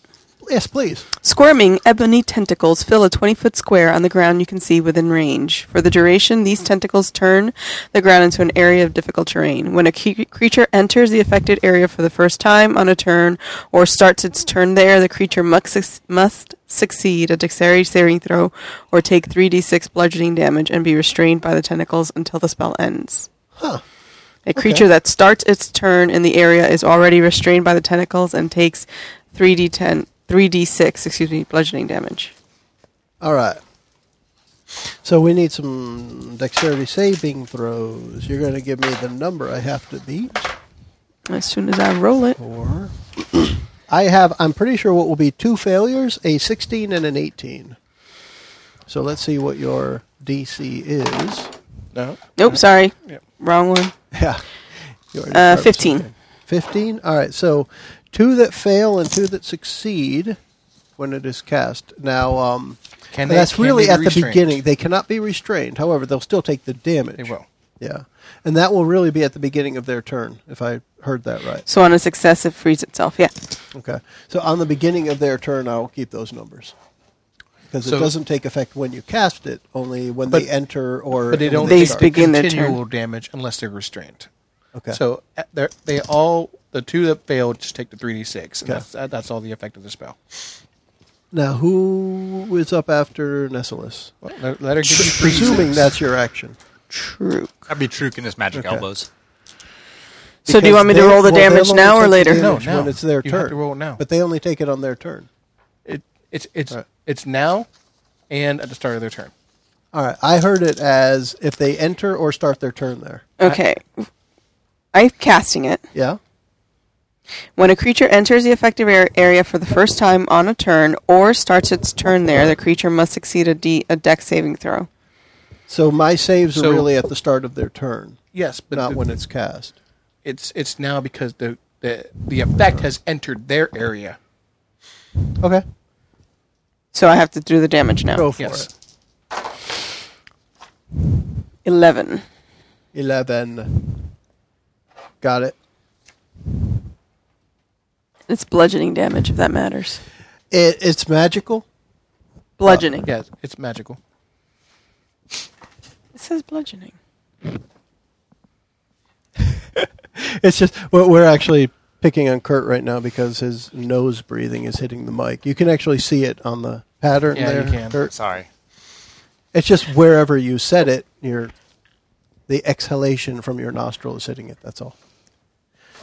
Speaker 1: yes, please.
Speaker 2: Squirming ebony tentacles fill a 20 foot square on the ground you can see within range. For the duration, these tentacles turn the ground into an area of difficult terrain. When a cre- creature enters the affected area for the first time on a turn or starts its turn there, the creature must, suc- must succeed a dexterity saving throw or take 3d6 bludgeoning damage and be restrained by the tentacles until the spell ends.
Speaker 1: Huh.
Speaker 2: A creature that starts its turn in the area is already restrained by the tentacles and takes 3d10 3d6, excuse me, bludgeoning damage.
Speaker 1: All right. So we need some dexterity saving throws. You're going to give me the number I have to beat,
Speaker 2: As soon as I roll it,
Speaker 1: or (clears throat) I have. I'm pretty sure what will be two failures: a 16 and an 18. So let's see what your DC is.
Speaker 4: No?
Speaker 2: nope, sorry,
Speaker 4: Yep.
Speaker 2: wrong one.
Speaker 1: Yeah. You already
Speaker 2: Uh,
Speaker 1: started
Speaker 2: 15.
Speaker 1: something. 15? All right. So two that fail and two that succeed when it is cast. Now, um,
Speaker 4: Can they-
Speaker 1: that's
Speaker 4: can
Speaker 1: really
Speaker 4: they be
Speaker 1: at the
Speaker 4: restrained?
Speaker 1: beginning. They cannot be restrained. However, they'll still take the damage.
Speaker 4: They will.
Speaker 1: Yeah. And that will really be at the beginning of their turn, if I heard that right.
Speaker 2: So on a success, it frees itself. Yeah.
Speaker 1: Okay. So on the beginning of their turn, I'll keep those numbers. Because
Speaker 4: So-
Speaker 1: it doesn't take effect when you cast it, only when
Speaker 4: But-
Speaker 1: they enter or.
Speaker 4: But they
Speaker 1: when
Speaker 4: don't
Speaker 2: They
Speaker 4: take
Speaker 1: start.
Speaker 2: begin their turn.
Speaker 4: continual damage unless they're restrained.
Speaker 1: Okay.
Speaker 4: So uh, they're, they all the two that failed just take the three d six.
Speaker 1: Okay.
Speaker 4: That's uh, that's all the effect of the spell.
Speaker 1: now, who is up after Nessalus?
Speaker 4: Well, Let, let her give you three
Speaker 1: Presuming that's your action.
Speaker 2: True.
Speaker 5: That'd be true in his magic
Speaker 1: Okay.
Speaker 5: elbows.
Speaker 2: So do you want me to
Speaker 1: Because
Speaker 2: roll the
Speaker 1: they- well,
Speaker 2: damage
Speaker 1: they'll
Speaker 2: now
Speaker 1: only
Speaker 2: or
Speaker 1: take the
Speaker 2: later?
Speaker 4: No,
Speaker 1: damage When
Speaker 4: now.
Speaker 1: it's their
Speaker 4: You
Speaker 1: turn.
Speaker 4: have to roll now.
Speaker 1: But they only take it on their turn.
Speaker 4: It, it's it's
Speaker 1: All right.
Speaker 4: it's now, and at the start of their turn.
Speaker 1: All right. I heard it as if they enter or start their turn there.
Speaker 2: Okay. I'm casting it.
Speaker 1: Yeah?
Speaker 2: When a creature enters the affected ar- area for the first time on a turn or starts its turn there, the creature must succeed a, D- a deck saving throw.
Speaker 1: So my saves
Speaker 4: So-
Speaker 1: are really at the start of their turn,
Speaker 4: Yes, but
Speaker 1: not
Speaker 4: the-
Speaker 1: when it's cast.
Speaker 4: it's it's now because the the the effect has entered their area.
Speaker 1: Okay,
Speaker 2: So I have to do the damage now.
Speaker 1: go for
Speaker 4: Yes.
Speaker 1: it.
Speaker 2: 11.
Speaker 1: Eleven. Got it.
Speaker 2: It's bludgeoning damage, if that matters.
Speaker 1: it it's magical.
Speaker 2: Bludgeoning.
Speaker 1: Uh,
Speaker 4: Yes, it's magical.
Speaker 2: It says bludgeoning.
Speaker 1: It's just we're, we're actually picking on Kurt right now because his nose breathing is hitting the mic. You can actually see it on the pattern
Speaker 4: Yeah, you
Speaker 1: there.
Speaker 4: can.
Speaker 1: Kurt.
Speaker 5: Sorry.
Speaker 1: It's just wherever you said it, your the exhalation from your nostril is hitting it. That's all.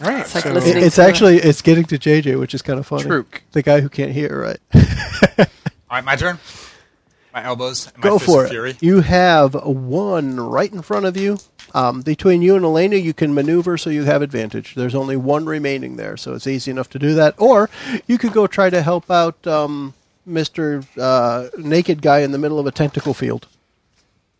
Speaker 4: Right.
Speaker 2: It's like
Speaker 4: so-
Speaker 1: It-
Speaker 2: listening-
Speaker 1: it's
Speaker 2: to it.
Speaker 1: actually it's getting to JJ, which is kind of funny.
Speaker 4: True.
Speaker 1: The guy who can't hear, right?
Speaker 5: All right, my turn. My elbows. and My
Speaker 1: Go
Speaker 5: fists
Speaker 1: for
Speaker 5: of
Speaker 1: it.
Speaker 5: Fury.
Speaker 1: You have one right in front of you. Um, between you and Elena, you can maneuver so you have advantage. There's only one remaining there, so it's easy enough to do that. Or you could go try to help out um, Mr. Uh, naked guy in the middle of a tentacle field.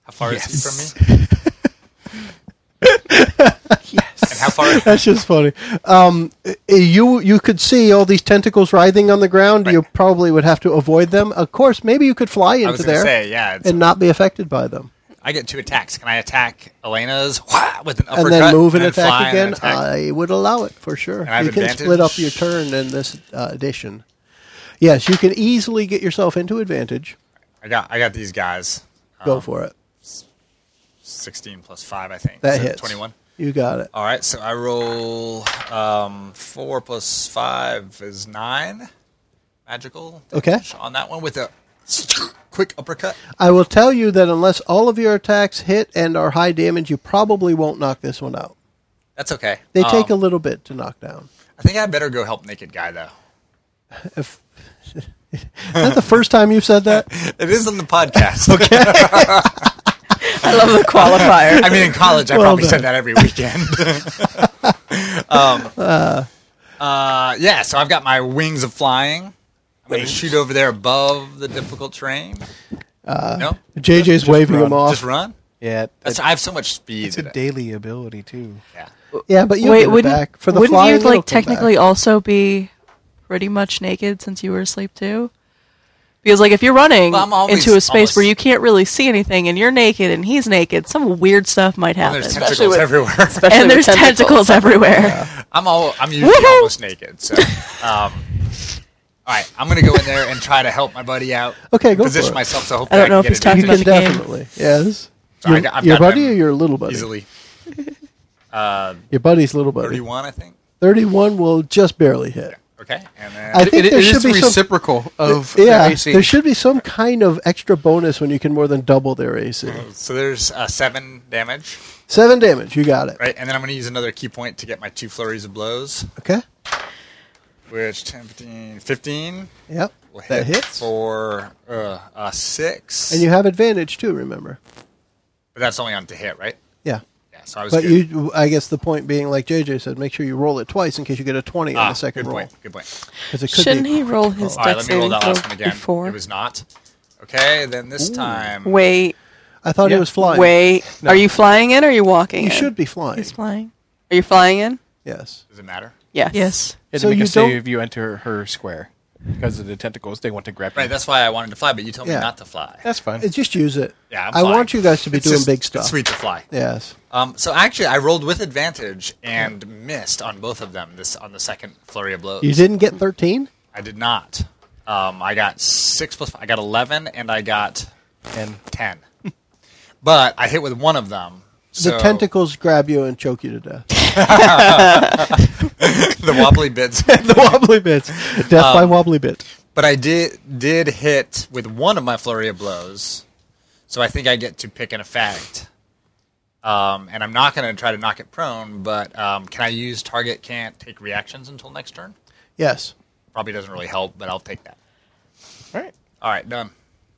Speaker 5: How far is
Speaker 4: Yes.
Speaker 5: he from me?
Speaker 1: (laughs)
Speaker 5: yes. And how far?
Speaker 1: That's just funny. Um, i- you you could see all these tentacles writhing on the ground. You
Speaker 5: Right.
Speaker 1: probably would have to avoid them. Of course, maybe you could fly
Speaker 5: I
Speaker 1: into
Speaker 5: was going to
Speaker 1: there
Speaker 5: say, yeah. It's,
Speaker 1: and not be affected by them.
Speaker 5: I get two attacks. Can I attack Elena's (laughs) wha- with an uppercut?
Speaker 1: and then move and,
Speaker 5: then
Speaker 1: attack
Speaker 5: fly and
Speaker 1: again,
Speaker 5: then attack?
Speaker 1: I would allow it for sure.
Speaker 5: And I have
Speaker 1: you can
Speaker 5: advantage?
Speaker 1: split up your turn in this uh, edition. Yes, you can easily get yourself into advantage.
Speaker 5: I got I got these guys.
Speaker 1: Go for it.
Speaker 5: 16 plus 5, I think.
Speaker 1: That
Speaker 5: So
Speaker 1: hits.
Speaker 5: 21.
Speaker 1: You got it.
Speaker 5: All right, so I roll um, 4 plus 5 is 9. Magical.
Speaker 1: Okay.
Speaker 5: damage On that one with a quick uppercut.
Speaker 1: I will tell you that unless all of your attacks hit and are high damage, you probably won't knock this one out.
Speaker 5: That's okay.
Speaker 1: They take a
Speaker 5: Um,
Speaker 1: little bit to knock down.
Speaker 5: I think I better go help Naked Guy, though.
Speaker 1: If, is that the first time you've said (laughs) that?
Speaker 5: (laughs) It is on the podcast. okay.
Speaker 2: (laughs) I love the
Speaker 1: (laughs)
Speaker 2: qualifier.
Speaker 5: I mean, in college, I
Speaker 1: Well
Speaker 5: probably
Speaker 1: done.
Speaker 5: said that every weekend. (laughs) um, uh, yeah, so I've got my wings of flying. I'm going to shoot over there above the difficult terrain. Uh, no,
Speaker 1: JJ's waving them off.
Speaker 5: just run.
Speaker 4: Yeah,
Speaker 5: That's, I have so much speed.
Speaker 4: it's a
Speaker 5: that it-
Speaker 4: daily ability too.
Speaker 5: yeah.
Speaker 1: Yeah, but you
Speaker 3: Wait,
Speaker 1: get it
Speaker 3: wouldn't
Speaker 1: back for the
Speaker 3: wouldn't
Speaker 1: flying.
Speaker 3: you
Speaker 1: it'll
Speaker 3: like
Speaker 1: come back.
Speaker 3: technically also be pretty much naked since you were asleep too? Because like if you're running
Speaker 5: Well, I'm always
Speaker 3: into a space where
Speaker 5: almost-
Speaker 3: you can't really see anything and you're naked and he's naked, some weird stuff might
Speaker 5: And
Speaker 3: happen.
Speaker 5: there's
Speaker 3: and
Speaker 5: tentacles everywhere.
Speaker 3: (laughs)
Speaker 5: (laughs)
Speaker 2: Especially with
Speaker 3: there's tentacles, everywhere.
Speaker 5: I'm all I'm usually almost naked. So, um, all right, I'm gonna go in there and try to help my buddy out.
Speaker 1: Okay, go
Speaker 5: Position
Speaker 1: for it.
Speaker 5: myself so hopefully
Speaker 3: I
Speaker 5: I,
Speaker 3: don't know if
Speaker 5: can
Speaker 3: he's
Speaker 5: get
Speaker 3: talking
Speaker 1: You
Speaker 5: advantage
Speaker 1: can
Speaker 3: about the game.
Speaker 1: definitely. Yes.
Speaker 5: So I
Speaker 1: your
Speaker 5: got- I've
Speaker 1: your
Speaker 5: got
Speaker 1: buddy
Speaker 5: them
Speaker 1: or your little buddy?
Speaker 5: easily.
Speaker 1: Your buddy's little buddy.
Speaker 5: Thirty-one, I think.
Speaker 1: 31 will just barely hit.
Speaker 5: Okay, and then
Speaker 1: I think
Speaker 4: it,
Speaker 1: there
Speaker 4: it
Speaker 1: should
Speaker 4: is
Speaker 1: be some-
Speaker 4: reciprocal of their
Speaker 1: Yeah,
Speaker 4: AC.
Speaker 1: there should be some kind of extra bonus when you can more than double their AC.
Speaker 5: so there's uh, seven damage,
Speaker 1: Seven damage, you got it.
Speaker 5: right? And then I'm gonna use another key point to get my two flurries of blows,
Speaker 1: Okay.
Speaker 5: which 10, 15, 15
Speaker 1: Yep.
Speaker 5: will hit
Speaker 1: That hits.
Speaker 5: for uh, uh, six.
Speaker 1: And you have advantage too, remember.
Speaker 5: but that's only on to hit, right?
Speaker 1: Yeah.
Speaker 5: Yeah. So I was.
Speaker 1: But
Speaker 5: good.
Speaker 1: you, I guess the point being, like JJ said, make sure you roll it twice in case you get a 20 on
Speaker 5: ah,
Speaker 1: the second
Speaker 5: good
Speaker 1: roll.
Speaker 5: point. Good point.
Speaker 1: Because it could
Speaker 2: Shouldn't
Speaker 1: be.
Speaker 2: he roll his
Speaker 5: All
Speaker 2: deck
Speaker 5: right, let me roll
Speaker 2: saving
Speaker 5: that
Speaker 2: throw
Speaker 5: last one again.
Speaker 2: before?
Speaker 5: It was not. Okay, then this time.
Speaker 2: Wait,
Speaker 1: I thought he
Speaker 4: Yeah.
Speaker 1: was flying.
Speaker 2: wait. Are you flying in or are you walking
Speaker 1: You
Speaker 2: in?
Speaker 1: should be flying.
Speaker 3: He's flying.
Speaker 2: Are you flying in?
Speaker 1: Yes.
Speaker 5: Does it matter?
Speaker 2: Yes.
Speaker 3: Yes.
Speaker 4: It'd
Speaker 1: So
Speaker 4: make
Speaker 1: you
Speaker 4: a save
Speaker 1: don't-
Speaker 4: if you enter her square because of the tentacles. They want to grab you.
Speaker 5: Right, that's why I wanted to fly, but you told
Speaker 1: Yeah.
Speaker 5: me not to fly.
Speaker 4: that's fine.
Speaker 1: Uh, Just use it.
Speaker 5: Yeah, I'm
Speaker 1: I
Speaker 5: flying.
Speaker 1: want you guys to be
Speaker 5: It's
Speaker 1: doing
Speaker 5: just-
Speaker 1: big
Speaker 5: it's
Speaker 1: stuff.
Speaker 5: sweet to fly.
Speaker 1: Yes.
Speaker 5: Um, so actually, I rolled with advantage and missed on both of them. This on the second flurry of blows.
Speaker 1: You didn't get 13?
Speaker 5: I did not. Um, I got six plus. I got eleven, and I got
Speaker 4: And
Speaker 5: ten. but I hit with one of them.
Speaker 1: the
Speaker 5: so
Speaker 1: tentacles grab you and choke you to death.
Speaker 5: (laughs) the wobbly bits. Um,
Speaker 1: the wobbly bits. Death by wobbly bit.
Speaker 5: But I did did hit with one of my flurry of blows, so I think I get to pick an effect. Um, and I'm not going to try to knock it prone, but um, can I use target can't take reactions until next turn?
Speaker 1: Yes. (laughs)
Speaker 5: Probably doesn't really help, but I'll take that.
Speaker 4: all right,
Speaker 5: All right, done.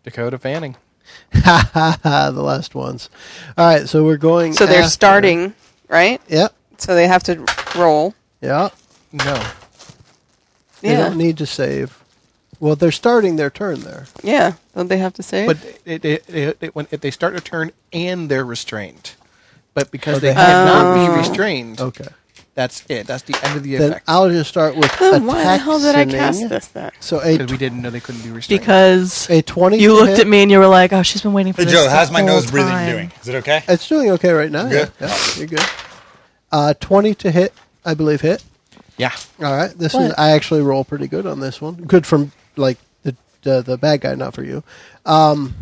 Speaker 4: Dakota Fanning.
Speaker 1: Ah, the last ones. All right, so we're going.
Speaker 2: So they're
Speaker 1: after-
Speaker 2: starting, right?
Speaker 1: Yep.
Speaker 2: So they have to roll.
Speaker 1: Yeah.
Speaker 4: No.
Speaker 1: They
Speaker 2: Yeah.
Speaker 1: don't need to save. Well, they're starting their turn there.
Speaker 2: yeah. Don't they have to save?
Speaker 4: But it, it, it, it, when, if they start a turn and they're restrained, but because
Speaker 1: Okay. Um,
Speaker 4: they cannot be restrained,
Speaker 1: Okay.
Speaker 4: that's it. That's the end of the
Speaker 1: Then
Speaker 4: effect.
Speaker 1: I'll just start with
Speaker 6: Then why the hell did I
Speaker 1: Ataxining.
Speaker 6: cast this then?
Speaker 1: So a,
Speaker 4: Because we didn't know they couldn't be restrained.
Speaker 3: Because
Speaker 1: a 20
Speaker 3: you
Speaker 1: to
Speaker 3: looked
Speaker 1: hit-
Speaker 3: at me and you were like, "Oh, she's been waiting for
Speaker 5: Hey
Speaker 3: this."
Speaker 5: Joe,
Speaker 3: the
Speaker 5: how's my
Speaker 3: whole
Speaker 5: nose breathing
Speaker 3: time."
Speaker 5: doing? Is it okay?
Speaker 1: It's doing okay right now.
Speaker 5: Good?
Speaker 1: Yeah, yeah, you're good. Uh, 20 to hit, I believe hit.
Speaker 4: yeah.
Speaker 1: All right. This is.
Speaker 6: What?
Speaker 1: I actually roll pretty good on this one. Good from like the the, the bad guy, not for you. Um,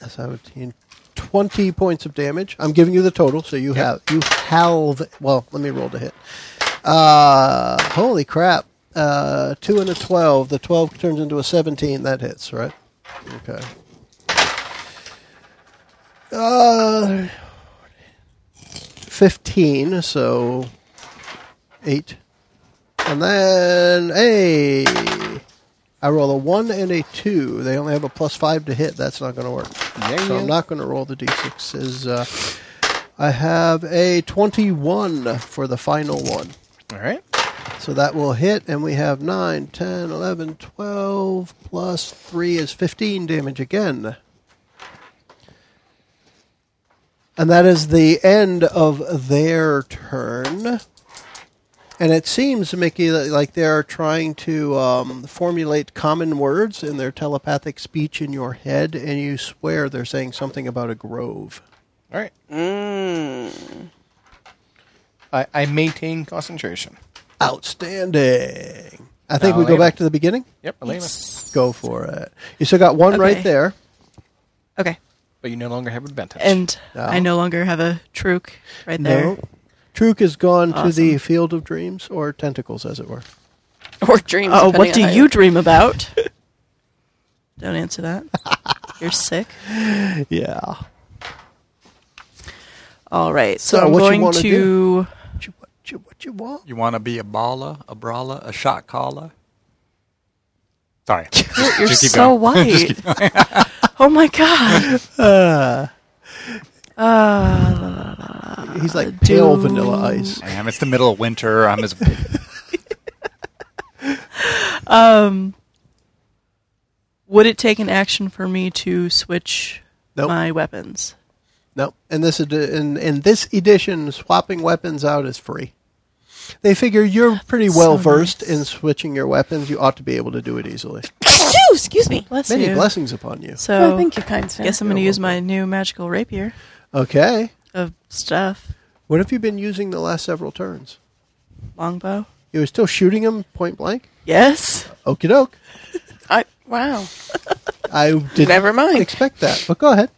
Speaker 1: that's how it- in- 20 points of damage. I'm giving you the total, so you have you halve. Well, let me roll to hit. Uh, holy crap! Uh, two and a twelve. The twelve turns into a seventeen. That hits, right? Okay. Uh, fifteen. So eight. And then, hey, I roll a one and a two. They only have a plus five to hit. That's not going to work.
Speaker 4: Yeah,
Speaker 1: so
Speaker 4: yeah.
Speaker 1: I'm not going to roll the d6s. Uh, I have a 21 for the final one.
Speaker 4: All right.
Speaker 1: So that will hit, and we have 9, 10, 11, 12, plus 3 is 15 damage again. And that is the end of their turn. And it seems, Mickey, that, like they are trying to um, formulate common words in their telepathic speech in your head, and you swear they're saying something about a grove.
Speaker 4: All right. I, I maintain concentration.
Speaker 1: Outstanding. I think
Speaker 4: Now,
Speaker 1: we go
Speaker 4: Elena.
Speaker 1: back to the beginning.
Speaker 4: Yep, Elena.
Speaker 1: Go for it. You still got one right
Speaker 3: Okay.
Speaker 1: there.
Speaker 3: Okay,
Speaker 4: But you no longer have advantage.
Speaker 3: and
Speaker 1: No.
Speaker 3: I no longer have a truc right there,
Speaker 1: No. Truk has gone to the field of dreams or tentacles, as it were.
Speaker 2: (laughs) or dreams.
Speaker 1: uh,
Speaker 3: Oh, what
Speaker 2: depending
Speaker 3: do
Speaker 2: on
Speaker 3: you dream about? Don't answer that. You're sick.
Speaker 1: Yeah.
Speaker 3: All right. So,
Speaker 1: So
Speaker 3: I'm
Speaker 1: what you
Speaker 3: going
Speaker 1: wanna
Speaker 3: to
Speaker 1: do? What you, what you, what you want?
Speaker 5: You want to be a baller, a brawler, a shot caller? Sorry. Just-
Speaker 3: You're
Speaker 5: just keep
Speaker 3: so
Speaker 5: going. (laughs)
Speaker 3: white. oh my god. Uh,
Speaker 1: He's like pale
Speaker 3: do-
Speaker 1: vanilla ice.
Speaker 5: Damn, it's the middle of winter. I'm as
Speaker 3: Would it take an action for me to switch
Speaker 1: Nope.
Speaker 3: my weapons?
Speaker 1: No. And this edi- in, in this edition, swapping weapons out is free. They figure you're pretty well versed in switching your weapons. You ought to be able to do it easily.
Speaker 2: Phew, excuse me.
Speaker 3: Bless
Speaker 1: Many
Speaker 3: you.
Speaker 1: blessings upon you.
Speaker 3: So
Speaker 6: oh, thank you, kind sir.
Speaker 3: guess I'm going to
Speaker 1: You're
Speaker 3: use my new magical rapier
Speaker 1: Okay.
Speaker 3: of stuff,
Speaker 1: What have you been using the last several turns?
Speaker 3: longbow.
Speaker 1: You were still shooting him point blank?
Speaker 3: Yes.
Speaker 1: Okie doke.
Speaker 6: I, wow.
Speaker 1: I didn't
Speaker 6: Never mind.
Speaker 1: expect that, but go ahead.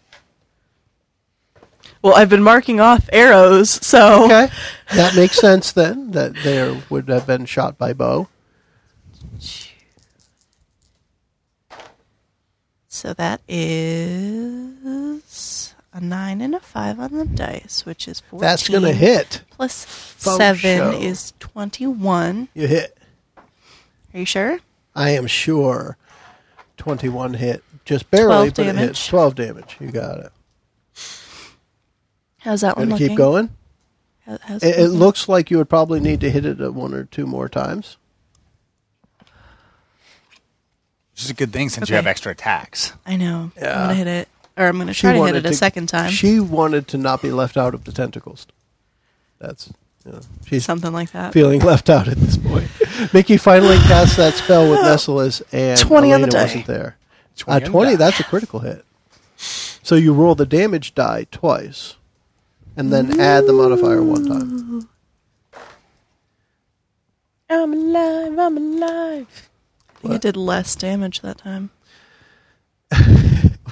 Speaker 3: Well, I've been marking off arrows, (laughs) so
Speaker 1: Okay. That makes sense then, that there would have been shot by bow.
Speaker 3: so that is a 9 and a 5 on the dice, which is 14.
Speaker 1: That's going to hit.
Speaker 3: Plus 7
Speaker 1: show.
Speaker 3: is 21.
Speaker 1: You hit.
Speaker 3: Are you sure?
Speaker 1: I am sure. 21 hit. Just barely,
Speaker 3: 12
Speaker 1: but it hit.
Speaker 3: damage.
Speaker 1: 12 damage. You got it.
Speaker 3: How's that one
Speaker 1: Going to
Speaker 3: looking? Mm-hmm.
Speaker 1: keep going?
Speaker 3: How- how's
Speaker 1: It, it
Speaker 3: looking?
Speaker 1: looks like you would probably need to hit it uh, one or two more times.
Speaker 5: Which is a good thing since you
Speaker 3: Okay.
Speaker 5: have extra attacks.
Speaker 3: I know.
Speaker 1: Yeah.
Speaker 3: I'm gonna hit it, or I'm gonna try to hit
Speaker 1: wanted
Speaker 3: it a second time.
Speaker 1: She wanted to not be left out of the tentacles. That's, you know, she's
Speaker 3: something like that.
Speaker 1: feeling left out at this point.
Speaker 3: (laughs)
Speaker 1: Mickey finally cast that spell with Nessalus, and
Speaker 3: 20 on the
Speaker 1: Elena
Speaker 3: die.
Speaker 1: wasn't there.
Speaker 4: 20
Speaker 1: uh,
Speaker 4: on the
Speaker 1: 20
Speaker 4: die.
Speaker 1: that's a critical hit. So you roll the damage die twice, and then add the modifier one time. (laughs)
Speaker 6: I'm alive. I'm alive.
Speaker 3: I think it did less damage that time.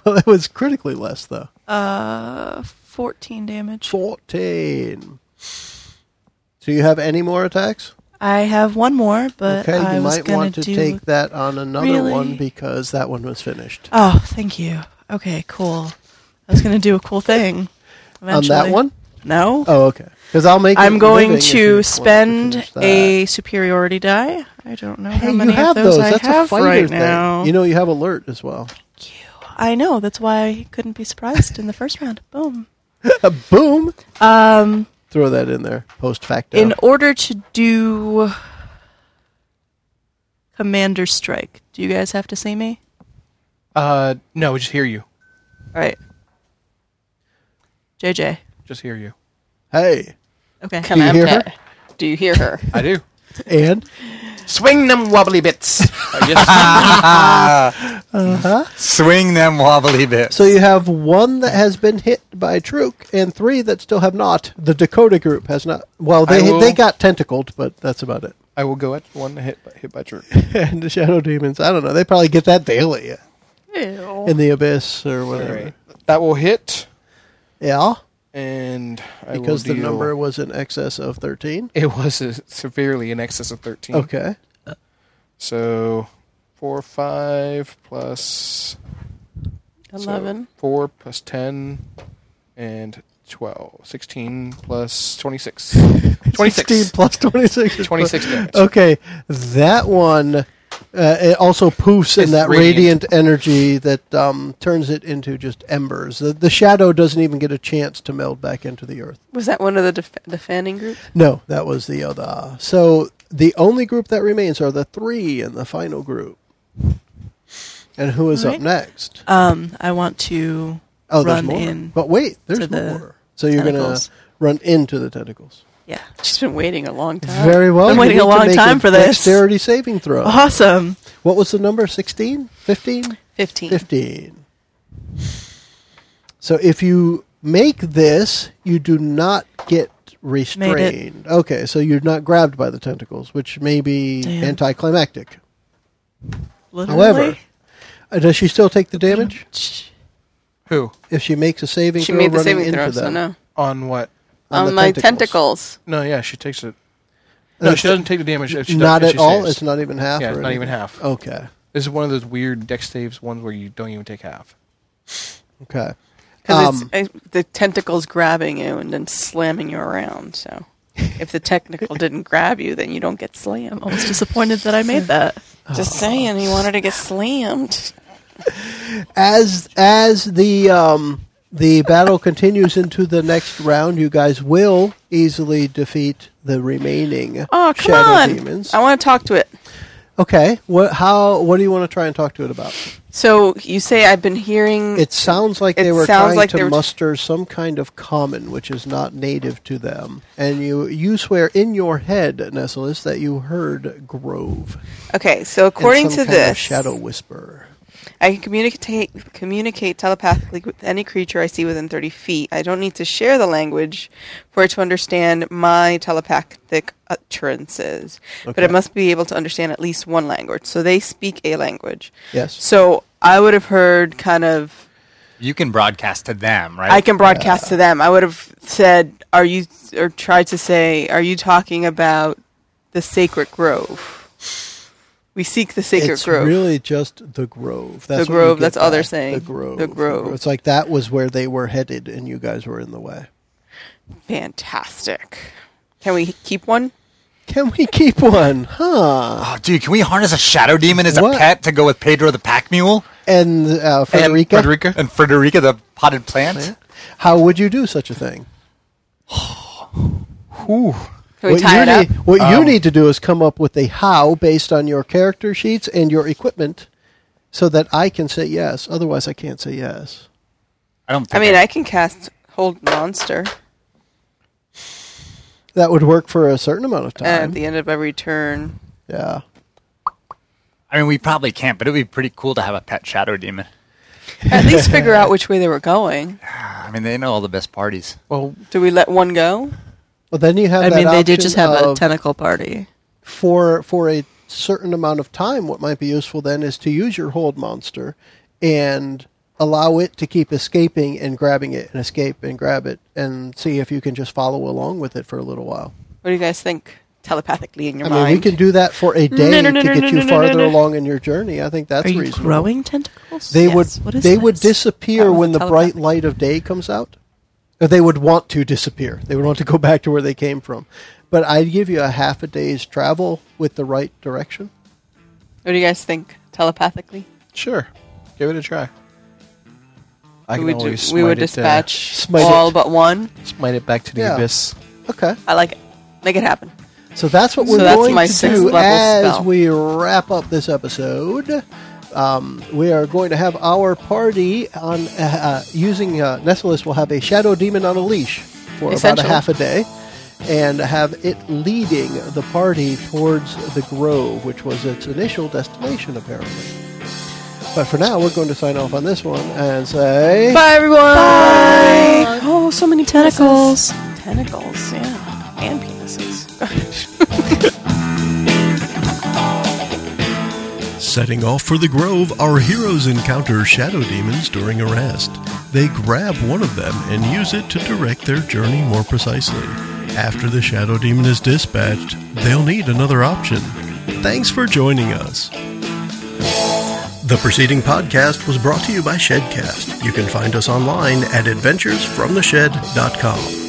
Speaker 1: Well, it was critically less, though.
Speaker 3: Uh, 14 damage.
Speaker 1: 14. So you have any more attacks?
Speaker 3: I have one more, but
Speaker 1: okay,
Speaker 3: I
Speaker 1: you
Speaker 3: was
Speaker 1: might
Speaker 3: gonna
Speaker 1: want to
Speaker 3: do.
Speaker 1: take that on another
Speaker 3: Really?
Speaker 1: one because that one was finished.
Speaker 3: oh, thank you. Okay, cool. I was gonna do a cool thing. Eventually.
Speaker 1: On that one?
Speaker 3: No.
Speaker 1: Oh, okay. Because I'll make. it
Speaker 3: I'm
Speaker 1: living
Speaker 3: going
Speaker 1: if you
Speaker 3: to
Speaker 1: want
Speaker 3: spend
Speaker 1: finish that.
Speaker 3: a superiority die. I don't know
Speaker 1: Hey,
Speaker 3: how
Speaker 1: you
Speaker 3: many
Speaker 1: have
Speaker 3: of those,
Speaker 1: those.
Speaker 3: I
Speaker 1: That's
Speaker 3: have
Speaker 1: a fighter
Speaker 3: right
Speaker 1: thing.
Speaker 3: now.
Speaker 1: You know, you have alert as well.
Speaker 3: I know. That's why I couldn't be surprised in the first round.
Speaker 1: (laughs)
Speaker 3: Boom.
Speaker 1: (laughs) Boom!
Speaker 3: Um,
Speaker 1: Throw that in there post facto.
Speaker 3: in order to do Commander Strike. Do you guys have to see me?
Speaker 4: Uh, no, just hear you.
Speaker 3: All right. JJ.
Speaker 4: Just hear you.
Speaker 1: Hey,
Speaker 3: Okay.
Speaker 2: Come
Speaker 1: Do you
Speaker 2: out
Speaker 1: hear
Speaker 2: there.
Speaker 1: her?
Speaker 2: Do you hear her?
Speaker 4: I do.
Speaker 1: and
Speaker 4: Swing them wobbly bits.
Speaker 5: Swing them wobbly bits.
Speaker 1: so you have one that has been hit by Truk, and three that still have not. The Dakota group has not. Well,
Speaker 4: I
Speaker 1: they
Speaker 4: will-
Speaker 1: they got tentacled, but that's about it.
Speaker 4: (laughs)
Speaker 1: (laughs)
Speaker 4: I will go at one hit by, hit by jerk.
Speaker 1: and the shadow demons, I don't know. They probably get that daily
Speaker 2: Ew.
Speaker 1: in the abyss or whatever.
Speaker 4: That will hit,
Speaker 1: Yeah,
Speaker 4: and I will
Speaker 1: because the
Speaker 4: deal-
Speaker 1: number was in excess of thirteen.
Speaker 4: it was uh severely in excess of thirteen.
Speaker 1: Okay.
Speaker 4: So four, five plus so
Speaker 2: 11.
Speaker 4: four plus ten, and 12. 16 plus (laughs) 26. 26.
Speaker 1: 16 plus
Speaker 4: (laughs)
Speaker 1: 26.
Speaker 4: 26 damage.
Speaker 1: Okay, that one uh, it also poofs in
Speaker 4: It's
Speaker 1: that radiant.
Speaker 4: radiant.
Speaker 1: energy that um, turns it into just embers. The, the shadow doesn't even get a chance to meld back into the earth.
Speaker 2: Was that one of the def- the fanning group?
Speaker 1: No, that was the other. So the only group that remains are the three in the final group. And who is up
Speaker 3: Alright.
Speaker 1: next?
Speaker 3: Um, I want to
Speaker 1: Oh,
Speaker 3: run
Speaker 1: there's more.
Speaker 3: in.
Speaker 1: but wait,
Speaker 3: to
Speaker 1: there's
Speaker 3: the
Speaker 1: more. So you're going to
Speaker 3: tentacles.
Speaker 1: run into the tentacles. (laughs)
Speaker 3: Yeah.
Speaker 2: She's been waiting a long time.
Speaker 1: Very well.
Speaker 3: been
Speaker 1: you
Speaker 3: waiting
Speaker 1: need
Speaker 3: a
Speaker 1: to
Speaker 3: long
Speaker 1: make
Speaker 3: time for this.
Speaker 1: Dexterity saving throw.
Speaker 3: Awesome.
Speaker 1: What was the number? 16? 15?
Speaker 2: 15.
Speaker 1: 15. So if you make this, you do not get restrained. Okay, so you're not grabbed by the tentacles, which may be
Speaker 3: Damn.
Speaker 1: anticlimactic.
Speaker 3: Literally.
Speaker 1: However, uh, does she still take the damage?
Speaker 4: Who?
Speaker 1: If she makes a saving
Speaker 2: She
Speaker 1: throw
Speaker 2: made the
Speaker 1: running
Speaker 2: saving
Speaker 1: into
Speaker 2: throw,
Speaker 1: them.
Speaker 2: so no.
Speaker 4: On what?
Speaker 1: On
Speaker 2: On,
Speaker 1: the
Speaker 2: my
Speaker 1: tentacles.
Speaker 2: tentacles.
Speaker 4: No, yeah, she takes it. No,
Speaker 1: That's
Speaker 4: she doesn't take the damage. If she does-
Speaker 1: not
Speaker 4: if
Speaker 1: at
Speaker 4: she
Speaker 1: all?
Speaker 4: saves.
Speaker 1: It's not even half?
Speaker 4: Yeah,
Speaker 1: or
Speaker 4: it's not Oh.
Speaker 1: anything?
Speaker 4: even half.
Speaker 1: Okay,
Speaker 4: This is one of those weird dex saves ones where you don't even take half.
Speaker 1: okay.
Speaker 2: Because
Speaker 1: Um,
Speaker 2: it's I, the tentacles grabbing you and then slamming you
Speaker 1: (laughs)
Speaker 2: around. So if the technical didn't grab you, then you don't get slammed.
Speaker 3: I was disappointed that
Speaker 1: (laughs)
Speaker 3: I made that.
Speaker 1: Oh.
Speaker 2: Just saying, he wanted to get slammed.
Speaker 1: as as the um, the battle continues into the next round, you guys will easily defeat the remaining
Speaker 2: Oh, come
Speaker 1: shadow
Speaker 2: on.
Speaker 1: demons.
Speaker 2: I want to talk to it.
Speaker 1: Okay, what how what do you want to try and talk to it
Speaker 2: (laughs)
Speaker 1: about?
Speaker 2: So you say I've been hearing.
Speaker 1: It sounds like
Speaker 2: It
Speaker 1: they were
Speaker 2: sounds
Speaker 1: trying
Speaker 2: like they
Speaker 1: to
Speaker 2: were-
Speaker 1: muster some kind of common which is not native to them, and you you swear in your head, Nessalus, that you heard Grove and
Speaker 2: okay, so according
Speaker 1: some
Speaker 2: to
Speaker 1: kind of
Speaker 2: this,
Speaker 1: shadow whisper.
Speaker 2: I can communicate communicate telepathically with any creature I see within 30 feet. I don't need to share the language for it to understand my telepathic utterances, but
Speaker 1: Okay.
Speaker 2: it must be able to understand at least one language. So they speak a language.
Speaker 1: Yes.
Speaker 2: So I would have heard kind of
Speaker 5: You can broadcast to them, right?
Speaker 2: I can broadcast to them. I would have said, "Are you?" or tried to say, "Are you talking about the sacred grove? We seek the sacred
Speaker 1: it's
Speaker 2: grove."
Speaker 1: really just the grove. That's what you
Speaker 2: grove,
Speaker 1: get
Speaker 2: that's all they're
Speaker 1: back.
Speaker 2: saying.
Speaker 1: The
Speaker 2: The
Speaker 1: grove.
Speaker 2: grove.
Speaker 1: It's like that was where they were headed, and you guys were in the way.
Speaker 2: Fantastic. Can we keep one?
Speaker 1: Can we keep one, (laughs) huh?
Speaker 5: Oh, dude, can we harness a shadow demon as
Speaker 1: What?
Speaker 5: a pet to go with Pedro the pack mule
Speaker 1: And uh,
Speaker 4: And
Speaker 1: Frederica,
Speaker 4: Frederica?
Speaker 5: and Frederica the potted plant?
Speaker 1: how would you do such a thing?
Speaker 2: Can we
Speaker 1: what
Speaker 2: tie
Speaker 1: you
Speaker 2: it up?
Speaker 1: need, what you need to do is come up with a how based on your character sheets and your equipment, so that I can say yes. Otherwise, I can't say yes.
Speaker 5: I don't. Think
Speaker 2: I mean, I can cast hold monster
Speaker 1: That would work for a certain amount of time.
Speaker 2: at the end of every turn.
Speaker 1: yeah.
Speaker 5: I mean, we probably can't, but it would be pretty cool to have a pet shadow demon.
Speaker 2: At
Speaker 1: (laughs)
Speaker 2: least figure out which way they were going.
Speaker 5: I mean, they know all the best parties.
Speaker 4: Well,
Speaker 2: Do we let one go?
Speaker 1: Well, then you have.
Speaker 3: I
Speaker 1: that
Speaker 3: mean, they did
Speaker 1: option
Speaker 3: just have a
Speaker 1: of-
Speaker 3: tentacle party.
Speaker 1: for for a certain amount of time what might be useful then is to use your hold monster and allow it to keep escaping and grabbing it and escape and grab it and see if you can just follow along with it for a little while
Speaker 2: What do you guys think telepathically in your
Speaker 1: i mean
Speaker 2: mind?
Speaker 1: we can do that for a day
Speaker 3: no, no,
Speaker 1: to
Speaker 3: no,
Speaker 1: get
Speaker 3: no,
Speaker 1: you
Speaker 3: no, no,
Speaker 1: farther
Speaker 3: no.
Speaker 1: along in your journey i think that's
Speaker 3: Are you
Speaker 1: reasonable
Speaker 3: growing tentacles?
Speaker 1: they
Speaker 3: Yes.
Speaker 1: would
Speaker 3: What is
Speaker 1: they would
Speaker 3: this?
Speaker 1: disappear
Speaker 3: That was
Speaker 1: when
Speaker 3: a
Speaker 1: the
Speaker 3: telepathic-
Speaker 1: bright light of day comes out. Or they would want to disappear. They would want to go (laughs) back to where they came from. But I'd give you a half a day's travel with the right direction.
Speaker 2: what do you guys think telepathically?
Speaker 4: sure. Give it a try. I
Speaker 2: we would,
Speaker 4: always
Speaker 2: do- we would
Speaker 4: smite it, uh,
Speaker 2: dispatch
Speaker 1: smite
Speaker 2: all
Speaker 1: it.
Speaker 2: but one.
Speaker 4: smite it back to the
Speaker 1: Yeah.
Speaker 4: abyss.
Speaker 1: Okay.
Speaker 2: I like it. Make it happen.
Speaker 1: So that's what we're
Speaker 2: that's
Speaker 1: going
Speaker 2: my
Speaker 1: to
Speaker 2: sixth
Speaker 1: do
Speaker 2: level
Speaker 1: as
Speaker 2: spell.
Speaker 1: we wrap up this episode. Um, we are going to have our party on uh, uh, using uh, Nessalus will have a shadow demon on a leash for
Speaker 2: Essential.
Speaker 1: about a half a day, and have it leading the party towards the grove, which was its initial destination apparently. But for now, we're going to sign off on this one and say.
Speaker 3: Bye, everyone. Bye.
Speaker 2: Oh, so many
Speaker 3: Tentacles.
Speaker 6: Tentacles, yeah. And penises.
Speaker 7: Setting off for the grove, our heroes encounter shadow demons during a rest. They grab one of them and use it to direct their journey more precisely. After the shadow demon is dispatched, they'll need another option. Thanks for joining us. The preceding podcast was brought to you by Shedcast. You can find us online at adventuresfromtheshed.com.